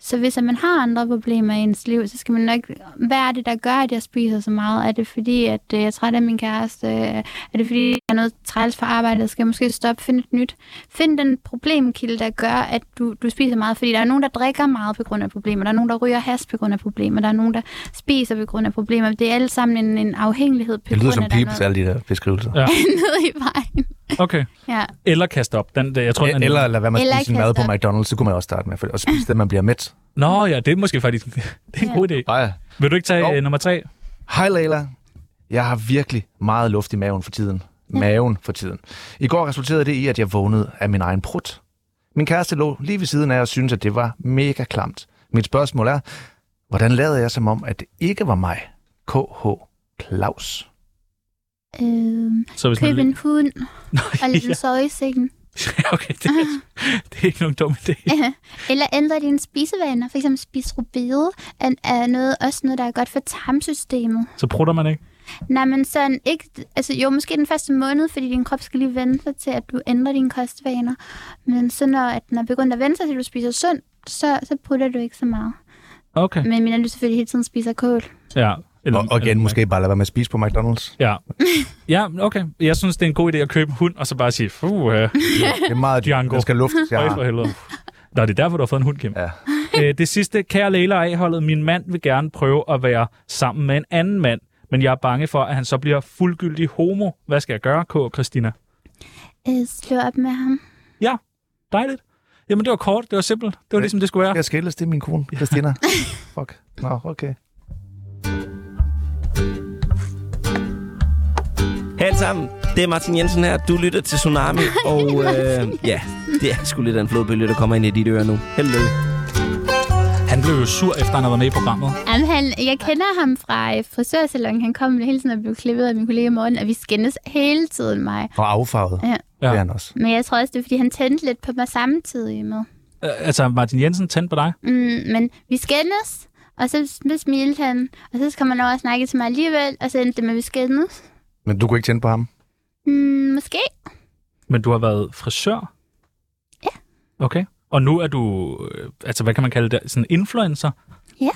[SPEAKER 4] Så hvis at man har andre problemer i ens liv, så skal man nok... Hvad er det, der gør, at jeg spiser så meget? Er det fordi, at øh, jeg er træt af min kæreste? Er det fordi, jeg er noget træls for arbejdet? Skal jeg måske stoppe finde et nyt? Find den problemkilde, der gør, at du, du spiser meget. Fordi der er nogen, der drikker meget på grund af problemer. Der er nogen, der ryger has på grund af problemer. Der er nogen, der spiser på grund af problemer. Det er alle sammen en, en afhængighed på
[SPEAKER 3] Det lyder
[SPEAKER 4] grund
[SPEAKER 3] som
[SPEAKER 4] af, der er
[SPEAKER 3] pibes, alle de der beskrivelser.
[SPEAKER 2] Ja.
[SPEAKER 4] noget nede i vejen.
[SPEAKER 2] Okay.
[SPEAKER 4] Ja.
[SPEAKER 2] Eller kaste op. Den, der, jeg tror, den er-
[SPEAKER 3] Eller lad være med at
[SPEAKER 4] Eller
[SPEAKER 3] spise sin
[SPEAKER 4] kaste
[SPEAKER 3] mad på
[SPEAKER 4] op.
[SPEAKER 3] McDonald's, det kunne man også starte med. For, og spise det, man bliver mæt.
[SPEAKER 2] Nå ja, det er måske faktisk det er en god idé.
[SPEAKER 3] Bare
[SPEAKER 2] Vil du ikke tage
[SPEAKER 3] Jo.
[SPEAKER 2] øh, nummer tre?
[SPEAKER 3] Hej Leila. Jeg har virkelig meget luft i maven for tiden. Maven for tiden. I går resulterede det i, at jeg vågnede af min egen prut. Min kæreste lå lige ved siden af og syntes, at det var mega klamt. Mit spørgsmål er, hvordan lavede jeg som om, at det ikke var mig? KH Claus.
[SPEAKER 4] Øhm,
[SPEAKER 2] Så hvis man
[SPEAKER 4] køb en hund og lad
[SPEAKER 2] ja.
[SPEAKER 4] den sove i sengen.
[SPEAKER 2] okay, det er, det er ikke nogen dum idé.
[SPEAKER 4] Eller ændre dine spisevaner. For eksempel spise rubede er, er noget, også noget, der er godt for tarmsystemet.
[SPEAKER 2] Så prutter man ikke.
[SPEAKER 4] Nej, men sådan ikke... Altså jo, måske den første måned, fordi din krop skal lige vende sig til, at du ændrer dine kostvaner. Men så når at den er begyndt at vende sig til, at du spiser sundt, så, så putter du ikke så meget.
[SPEAKER 2] Okay.
[SPEAKER 4] Men mindre du selvfølgelig hele tiden spiser kål.
[SPEAKER 2] Ja. Eller,
[SPEAKER 3] Og, og igen,
[SPEAKER 2] eller-
[SPEAKER 3] måske bare lade være med at spise på McDonald's.
[SPEAKER 2] Ja. ja, okay. Jeg synes, det er en god idé at købe en hund, og så bare sige, fuh, øh,
[SPEAKER 3] Det er meget dyrt.
[SPEAKER 2] Django.
[SPEAKER 3] Den skal luftes. Jeg
[SPEAKER 2] ja. for
[SPEAKER 3] har.
[SPEAKER 2] helvede. Nå, det er derfor, du har fået en hund, Kim.
[SPEAKER 3] Ja.
[SPEAKER 2] Øh, det sidste, kære Leila og A-holdet, min mand vil gerne prøve at være sammen med en anden mand, men jeg er bange for, at han så bliver fuldgyldig homo. Hvad skal jeg gøre, K. Christina?
[SPEAKER 4] Øh, slå op med ham.
[SPEAKER 2] Ja, dejligt. Jamen, det var kort, det var simpelt. Det var ligesom, det skulle være.
[SPEAKER 3] Jeg skilles, det er min kone, Christina. Fuck. Nå, okay.
[SPEAKER 5] Hej alle sammen, det er Martin Jensen her. Du lytter til Tsunami, og øh, ja, det er sgu lidt af en flodbølge, der kommer ind i dit øre nu. Held og lykke.
[SPEAKER 2] Han blev jo sur, efter han havde været med i programmet.
[SPEAKER 4] Jamen, han, jeg kender ham fra øh, frisørsalongen. Han kom hele tiden og blev klippet af min kollega Morten, og vi skændes hele tiden mig.
[SPEAKER 3] Og affarvet.
[SPEAKER 4] Ja.
[SPEAKER 3] Det er han også.
[SPEAKER 4] Men jeg tror også, det er, fordi han tændte lidt på mig samtidig med.
[SPEAKER 2] Øh, altså, Martin Jensen tændte på dig.
[SPEAKER 4] Mm, men vi skændes, og så sm- smilte han, og så kom han over og snakkede til mig alligevel, og så endte det med, at vi skændes.
[SPEAKER 3] Men du kunne ikke tænde på ham?
[SPEAKER 4] Mm, måske.
[SPEAKER 2] Men du har været frisør?
[SPEAKER 4] Ja.
[SPEAKER 2] Okay. Og nu er du, øh, altså hvad kan man kalde det, sådan influencer?
[SPEAKER 4] Ja.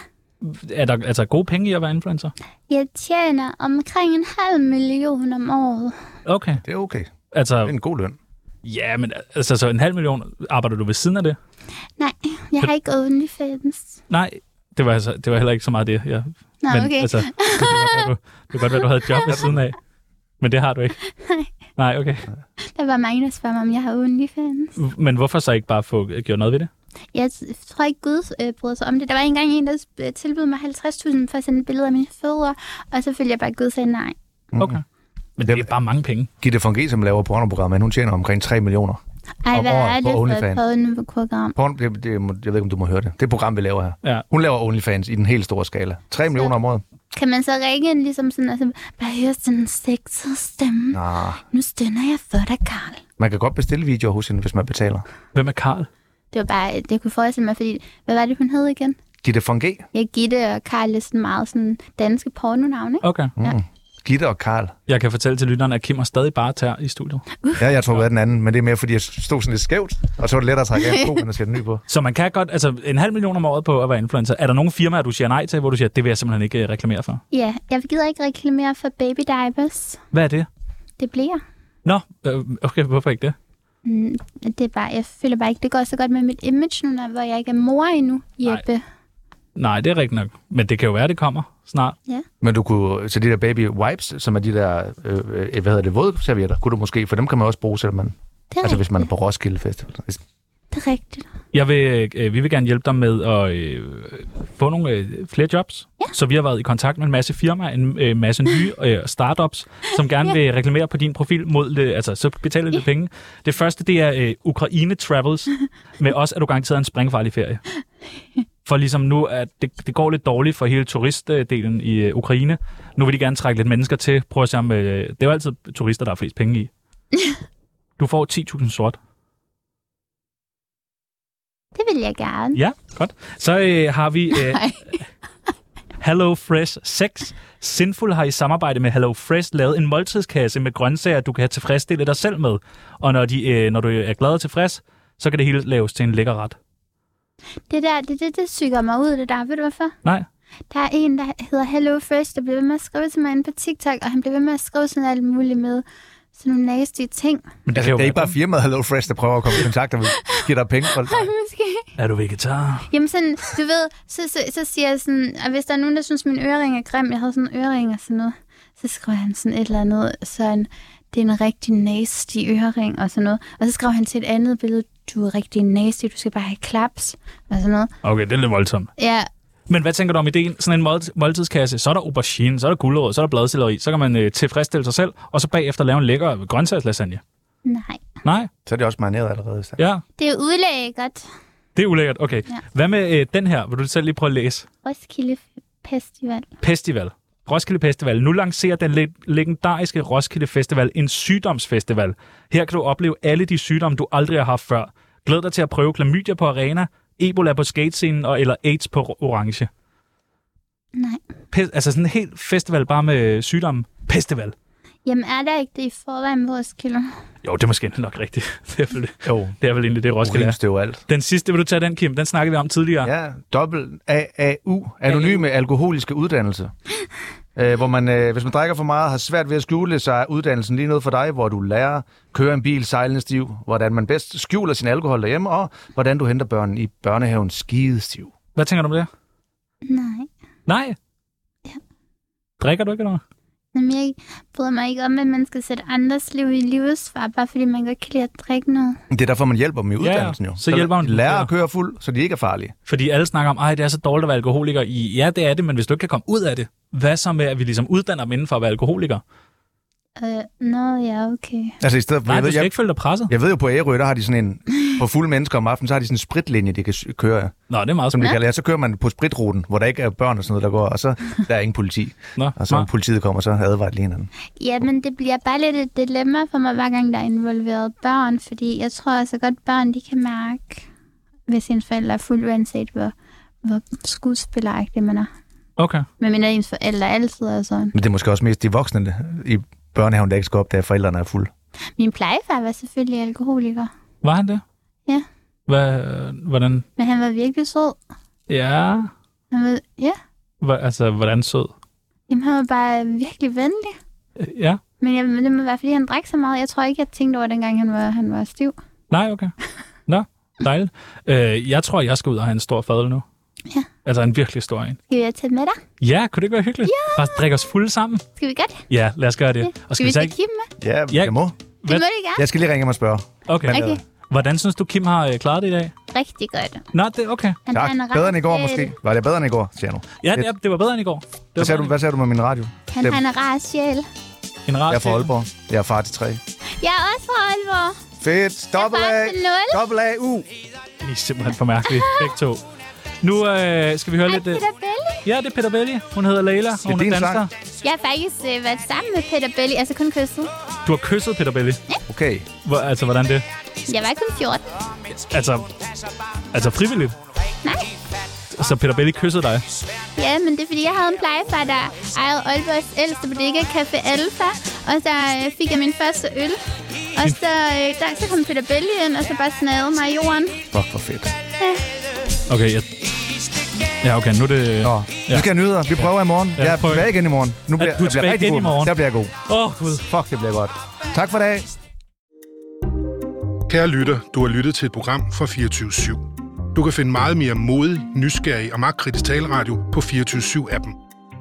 [SPEAKER 2] Er der altså gode penge i at være influencer?
[SPEAKER 4] Jeg tjener omkring en halv million om året.
[SPEAKER 2] Okay.
[SPEAKER 3] Det er okay. Det er
[SPEAKER 2] Altså,
[SPEAKER 3] en god løn.
[SPEAKER 2] ja, men altså så en halv million, arbejder du ved siden af det?
[SPEAKER 4] Nej, jeg har ikke OnlyFans.
[SPEAKER 2] Nej, det var, altså, det var heller ikke så meget det, ja.
[SPEAKER 4] Nå,
[SPEAKER 2] men,
[SPEAKER 4] okay.
[SPEAKER 2] Altså, det, kan godt være, du, det kan godt være, du havde et job ved siden af, men det har du ikke. Nej, okay.
[SPEAKER 4] Der var mange, der spurgte mig, om jeg har OnlyFans.
[SPEAKER 2] Men hvorfor så ikke bare få øh, gjort noget ved det?
[SPEAKER 4] Jeg t- tror ikke, Gud øh, bryder sig om det. Der var engang en, der sp- øh, tilbød mig 50.000 for at sende et billede af mine fødder, og så følte jeg bare, at Gud sagde nej.
[SPEAKER 2] Okay. Men det er bare mange penge.
[SPEAKER 3] Gitte von G, som laver pornoprogrammet, hun tjener omkring 3 millioner.
[SPEAKER 4] Ej,
[SPEAKER 3] Og
[SPEAKER 4] hvad
[SPEAKER 3] hvor-
[SPEAKER 4] er
[SPEAKER 3] hvor
[SPEAKER 4] det for et
[SPEAKER 3] OnlyFans?
[SPEAKER 4] program?
[SPEAKER 3] Porn, det, det, må- jeg ved ikke, om du må høre det. Det er et program, vi laver her.
[SPEAKER 2] Ja.
[SPEAKER 3] Hun laver OnlyFans i den helt store skala. 3 millioner om året.
[SPEAKER 4] Kan man så ringe ind, ligesom sådan, altså, bare høre sådan en sexet stemme?
[SPEAKER 3] Nah,
[SPEAKER 4] Nu stønner jeg for dig, Karl.
[SPEAKER 3] Ah. man kan godt bestille videoer hos hende, hvis man betaler.
[SPEAKER 2] Hvem er Karl?
[SPEAKER 4] Det var bare, øh, det jeg kunne forestille mig, fordi, hvad var det, hun hed igen?
[SPEAKER 3] Gitte von G.
[SPEAKER 4] Jeg Gitte og Karl er sådan meget sådan danske pornonavne, ikke?
[SPEAKER 2] Okay.
[SPEAKER 3] Gitte og Karl.
[SPEAKER 2] Jeg kan fortælle til lytteren, at Kim er stadig bare tær i studiet.
[SPEAKER 3] Ja, jeg tror, det er den anden, men det er mere, fordi jeg stod sådan lidt skævt, og så var det lettere at trække af en sko, end at sætte en ny på.
[SPEAKER 2] Så man kan godt, altså en halv million om året på at være influencer. Er der nogle firmaer, du siger nej til, hvor du siger, det vil jeg simpelthen ikke øh, reklamere for?
[SPEAKER 4] Ja, jeg gider ikke reklamere for baby diapers.
[SPEAKER 2] Hvad er det?
[SPEAKER 4] Det bliver.
[SPEAKER 2] Nå, øh, okay, hvorfor ikke det?
[SPEAKER 4] Mm, det er bare, jeg føler bare ikke, det går så godt med mit image nu, når, hvor jeg ikke er mor endnu, Jeppe. Nej.
[SPEAKER 2] Nej, det er rigtigt nok. Men det kan jo være, det kommer snart.
[SPEAKER 3] Men du kunne, så de der baby wipes, som er de der, øh, øh, hvad hedder det, våde servietter, kunne du måske, for dem kan man også bruge, selvom man,
[SPEAKER 4] Det er,
[SPEAKER 3] altså
[SPEAKER 4] altså,
[SPEAKER 3] hvis man er på Roskilde Festival.
[SPEAKER 4] det er rigtigt.
[SPEAKER 2] Jeg vil, øh, vi vil gerne hjælpe dig med at øh, få nogle øh, flere jobs. Ja. Så vi har været i kontakt med en masse firmaer, en øh, masse nye øh, startups, som gerne ja. vil reklamere på din profil mod, øh, altså så betaler de penge. Det første, det er øh, Ukraine Travels. med os er du garanteret en springfarlig ferie. For ligesom nu, at det, det går lidt dårligt for hele turistdelen i øh, Ukraine. Nu vil de gerne trække lidt mennesker til. Prøv at se om, øh, det er jo altid turister, der er flest penge i. Du får 10.000 sort.
[SPEAKER 4] Det vil jeg gerne.
[SPEAKER 2] Ja, godt. Så øh, har vi øh,
[SPEAKER 4] Nej.
[SPEAKER 2] Hello Fresh 6. Sinful har i samarbejde med Hello Fresh lavet en måltidskasse med grøntsager, du kan tilfredsstille dig selv med. Og når, de, øh, når du er glad og tilfreds, så kan det hele laves til en lækker ret.
[SPEAKER 4] Det der, det, det, det syger mig ud, det der. Ved du hvorfor?
[SPEAKER 2] Nej.
[SPEAKER 4] Der er en, der hedder Hello Fresh, der bliver ved med at skrive til mig inde på TikTok, og han bliver ved med at skrive sådan alt muligt med sådan nogle nasty ting.
[SPEAKER 2] Men det
[SPEAKER 3] Altså,
[SPEAKER 2] kan jo
[SPEAKER 3] det er ikke
[SPEAKER 2] være-
[SPEAKER 3] bare firmaet HelloFresh, der prøver at komme i kontakt og vil give dig penge for det.
[SPEAKER 4] Måske.
[SPEAKER 2] Er du vegetar?
[SPEAKER 4] Jamen sådan, du ved, så, så, så siger jeg sådan, og hvis der er nogen, der synes, min ørering er grim, jeg havde sådan en ørering og sådan noget, så skriver han sådan et eller andet, sådan, det er en rigtig nasty ørering og sådan noget. Og så skrev han til et andet billede, du er rigtig nasty, du skal bare have klaps og sådan noget.
[SPEAKER 2] Okay, det er lidt voldsomt.
[SPEAKER 4] Ja,
[SPEAKER 2] Men hvad tænker du om ideen? Sådan en målt- måltidskasse, så er der aubergine, så er der gulerod, så er der bladselleri, så kan man øh, tilfredsstille sig selv, og så bagefter lave en lækker grøntsagslasagne.
[SPEAKER 4] nej.
[SPEAKER 2] Nej?
[SPEAKER 3] Så er det også marineret allerede. Så.
[SPEAKER 2] Ja,
[SPEAKER 4] Det er udlækkert.
[SPEAKER 2] det er ulækkert. Okay.
[SPEAKER 4] Ja.
[SPEAKER 2] Hvad med øh, den her? Vil du selv lige prøve at læse?
[SPEAKER 4] Roskilde Festival.
[SPEAKER 2] Festival. Roskilde Festival. Nu lancerer den le- legendariske Roskilde Festival en sygdomsfestival. Her kan du opleve alle de sygdomme, du aldrig har haft før. Glæd dig til at prøve klamydia på arena, Ebola på skatescenen og eller AIDS på ro- orange.
[SPEAKER 4] Nej.
[SPEAKER 2] Pe- altså sådan en helt festival bare med sygdomme. Festival.
[SPEAKER 4] Jamen er der ikke det i forvejen på Roskilde?
[SPEAKER 2] Jo, det er måske nok rigtigt. Det er vel,
[SPEAKER 3] Jo,
[SPEAKER 2] det er vel egentlig det, Roskilde er.
[SPEAKER 3] det jo alt.
[SPEAKER 2] Den sidste, vil du tage den, Kim? Den snakkede vi om tidligere.
[SPEAKER 3] Ja, dobbelt AAU, anonyme alkoholiske uddannelse. Øh, hvor man, øh, hvis man drikker for meget, har svært ved at skjule sig, er uddannelsen lige noget for dig, hvor du lærer, kører en bil sejlende stiv, hvordan man bedst skjuler sin alkohol derhjemme, og hvordan du henter børn i børnehaven skide stiv.
[SPEAKER 2] Hvad tænker du om det?
[SPEAKER 4] Nej.
[SPEAKER 2] Nej?
[SPEAKER 4] Ja.
[SPEAKER 2] Drikker du ikke noget?
[SPEAKER 4] Jamen, jeg bryder mig ikke om, at man skal sætte andres liv i livsfar, bare fordi man godt kan lide at drikke noget.
[SPEAKER 3] Det er derfor, man hjælper dem i uddannelsen jo.
[SPEAKER 2] så hjælper man
[SPEAKER 3] de
[SPEAKER 2] dem.
[SPEAKER 3] lærer at køre fuld, så de ikke er farlige.
[SPEAKER 2] Fordi alle snakker om, at det er så dårligt at være alkoholiker. I, ja, det er det, men hvis du ikke kan komme ud af det, hvad så med, at vi ligesom uddanner dem inden for at være alkoholiker?
[SPEAKER 4] Øh, nå, ja, okay.
[SPEAKER 3] Altså i stedet for,
[SPEAKER 2] Nej,
[SPEAKER 3] jeg,
[SPEAKER 2] du
[SPEAKER 3] ved,
[SPEAKER 2] skal
[SPEAKER 3] jeg,
[SPEAKER 2] ikke føle dig presset.
[SPEAKER 3] jeg ved jo på Ærø, der har de sådan en, på fulde mennesker om aftenen, så har de sådan en spritlinje, de kan s- køre,
[SPEAKER 2] Nå, det er meget
[SPEAKER 3] som de
[SPEAKER 2] smart.
[SPEAKER 3] kalder det. Så kører man på spritruten, hvor der ikke er børn og sådan noget, der går, og så der er ingen politi.
[SPEAKER 2] Nå,
[SPEAKER 3] Og så
[SPEAKER 2] smart.
[SPEAKER 3] politiet kommer, så advarer de lige hinanden.
[SPEAKER 4] Jamen, det bliver bare lidt et dilemma for mig, hver gang der er involveret børn, fordi jeg tror altså godt, børn de kan mærke, hvis en forælder er fuld, uanset hvor, hvor skuespilleragtig man er.
[SPEAKER 2] Okay.
[SPEAKER 4] Men mindre ens forældre altid er sådan.
[SPEAKER 3] Men det er måske også mest de voksne der- i børnehaven, der ikke skal opdage, at forældrene er fulde.
[SPEAKER 4] Min plejefar var selvfølgelig alkoholiker,
[SPEAKER 2] Var han det?
[SPEAKER 4] Ja.
[SPEAKER 2] Hvad, hvordan?
[SPEAKER 4] men han var virkelig sød.
[SPEAKER 2] Ja.
[SPEAKER 4] Han var, ja,
[SPEAKER 2] Hva, altså, hvordan sød?
[SPEAKER 4] jamen, han var bare virkelig venlig.
[SPEAKER 2] Øh, Ja.
[SPEAKER 4] Men jeg, men det må være, fordi han drak så meget. Jeg tror ikke, jeg tænkte over, dengang han var, han var stiv.
[SPEAKER 2] Nej, okay. Nå, dejligt. Øh, jeg tror, jeg skal ud og have en stor fadel nu.
[SPEAKER 4] Ja.
[SPEAKER 2] Altså en virkelig stor en.
[SPEAKER 4] Skal vi have taget med dig?
[SPEAKER 2] Ja, kunne det ikke være hyggeligt? Ja. Bare drikke os fulde sammen.
[SPEAKER 4] Skal vi godt?
[SPEAKER 2] Ja, lad os gøre det. Og
[SPEAKER 4] skal vi
[SPEAKER 2] så
[SPEAKER 4] tage
[SPEAKER 2] ikke...
[SPEAKER 4] Kim med?
[SPEAKER 3] Ja,
[SPEAKER 2] Ja.
[SPEAKER 3] jeg må.
[SPEAKER 4] Det
[SPEAKER 2] Hvad?
[SPEAKER 4] må det gerne.
[SPEAKER 3] Jeg skal lige ringe ham og spørge.
[SPEAKER 2] Okay.
[SPEAKER 3] Hvad
[SPEAKER 4] Okay,
[SPEAKER 3] lader-
[SPEAKER 2] Hvordan synes du, Kim har øh, klaret det i dag?
[SPEAKER 4] rigtig godt.
[SPEAKER 2] Nå, det er okay.
[SPEAKER 4] Han
[SPEAKER 3] Tak.
[SPEAKER 4] har en ret
[SPEAKER 3] Bedre end i går
[SPEAKER 4] sjæl.
[SPEAKER 3] måske. Var det bedre end i går, siger jeg nu.
[SPEAKER 2] Ja,
[SPEAKER 3] Fedt.
[SPEAKER 2] det, er- det var bedre end i går. Det var
[SPEAKER 3] Hvad sagde
[SPEAKER 2] bedre
[SPEAKER 3] du,
[SPEAKER 2] end-
[SPEAKER 3] hvad sagde du med min radio?
[SPEAKER 4] Han
[SPEAKER 3] Dem.
[SPEAKER 4] har en rar sjæl.
[SPEAKER 2] En rar
[SPEAKER 3] Jeg er fra
[SPEAKER 2] sjæl.
[SPEAKER 3] Aalborg. Jeg er far til tre.
[SPEAKER 4] Jeg er også fra Aalborg.
[SPEAKER 3] Fedt. Dobbelt A.
[SPEAKER 4] far til nul.
[SPEAKER 3] Dobbelt A. U.
[SPEAKER 2] I er simpelthen for mærkelige, begge to. Nu øh, skal vi høre
[SPEAKER 4] Hej,
[SPEAKER 2] lidt... øh,
[SPEAKER 4] Peter Belli.
[SPEAKER 2] Ja, det er Peter Belli. Hun hedder Leila, og hun er
[SPEAKER 3] din
[SPEAKER 2] dansker.
[SPEAKER 3] sang.
[SPEAKER 4] Jeg har faktisk øh, været sammen med Peter Belli, altså kun kysset.
[SPEAKER 2] Du har kysset Peter Belli.
[SPEAKER 3] Okay.
[SPEAKER 2] Hvor, altså, hvordan det?
[SPEAKER 4] Jeg var kun 14.
[SPEAKER 2] Altså, altså frivilligt.
[SPEAKER 4] Nej.
[SPEAKER 2] Så Peter Belli kyssede dig.
[SPEAKER 4] Ja, men det er fordi, jeg havde en plejefar, der ejede Aalborgs ældste bodega, Café Alfa. Og så øh, fik jeg min første øl. Og så, øh, der, så kom Peter Belli ind, og så bare snadede mig i jorden.
[SPEAKER 3] Fuck, hvor fedt.
[SPEAKER 2] Okay, jeg... Ja, okay, nu er det...
[SPEAKER 3] Nå,
[SPEAKER 2] Ja.
[SPEAKER 3] nu skal jeg nyde Vi prøver i morgen. Jeg er
[SPEAKER 2] prøv.
[SPEAKER 3] tilbage igen i morgen. Nu bliver,
[SPEAKER 2] du er
[SPEAKER 3] jeg bliver
[SPEAKER 2] tilbage
[SPEAKER 3] rigtig
[SPEAKER 2] igen
[SPEAKER 3] god.
[SPEAKER 2] i morgen?
[SPEAKER 3] Der bliver jeg god.
[SPEAKER 2] Åh, oh, Gud.
[SPEAKER 3] Fuck, det bliver godt. Tak for i dag.
[SPEAKER 10] Kære lytter, du har lyttet til et program fra 24 /7. Du kan finde meget mere modig, nysgerrig og magtkritisk taleradio på 24 appen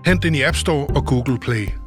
[SPEAKER 10] Hent den i App Store og Google Play.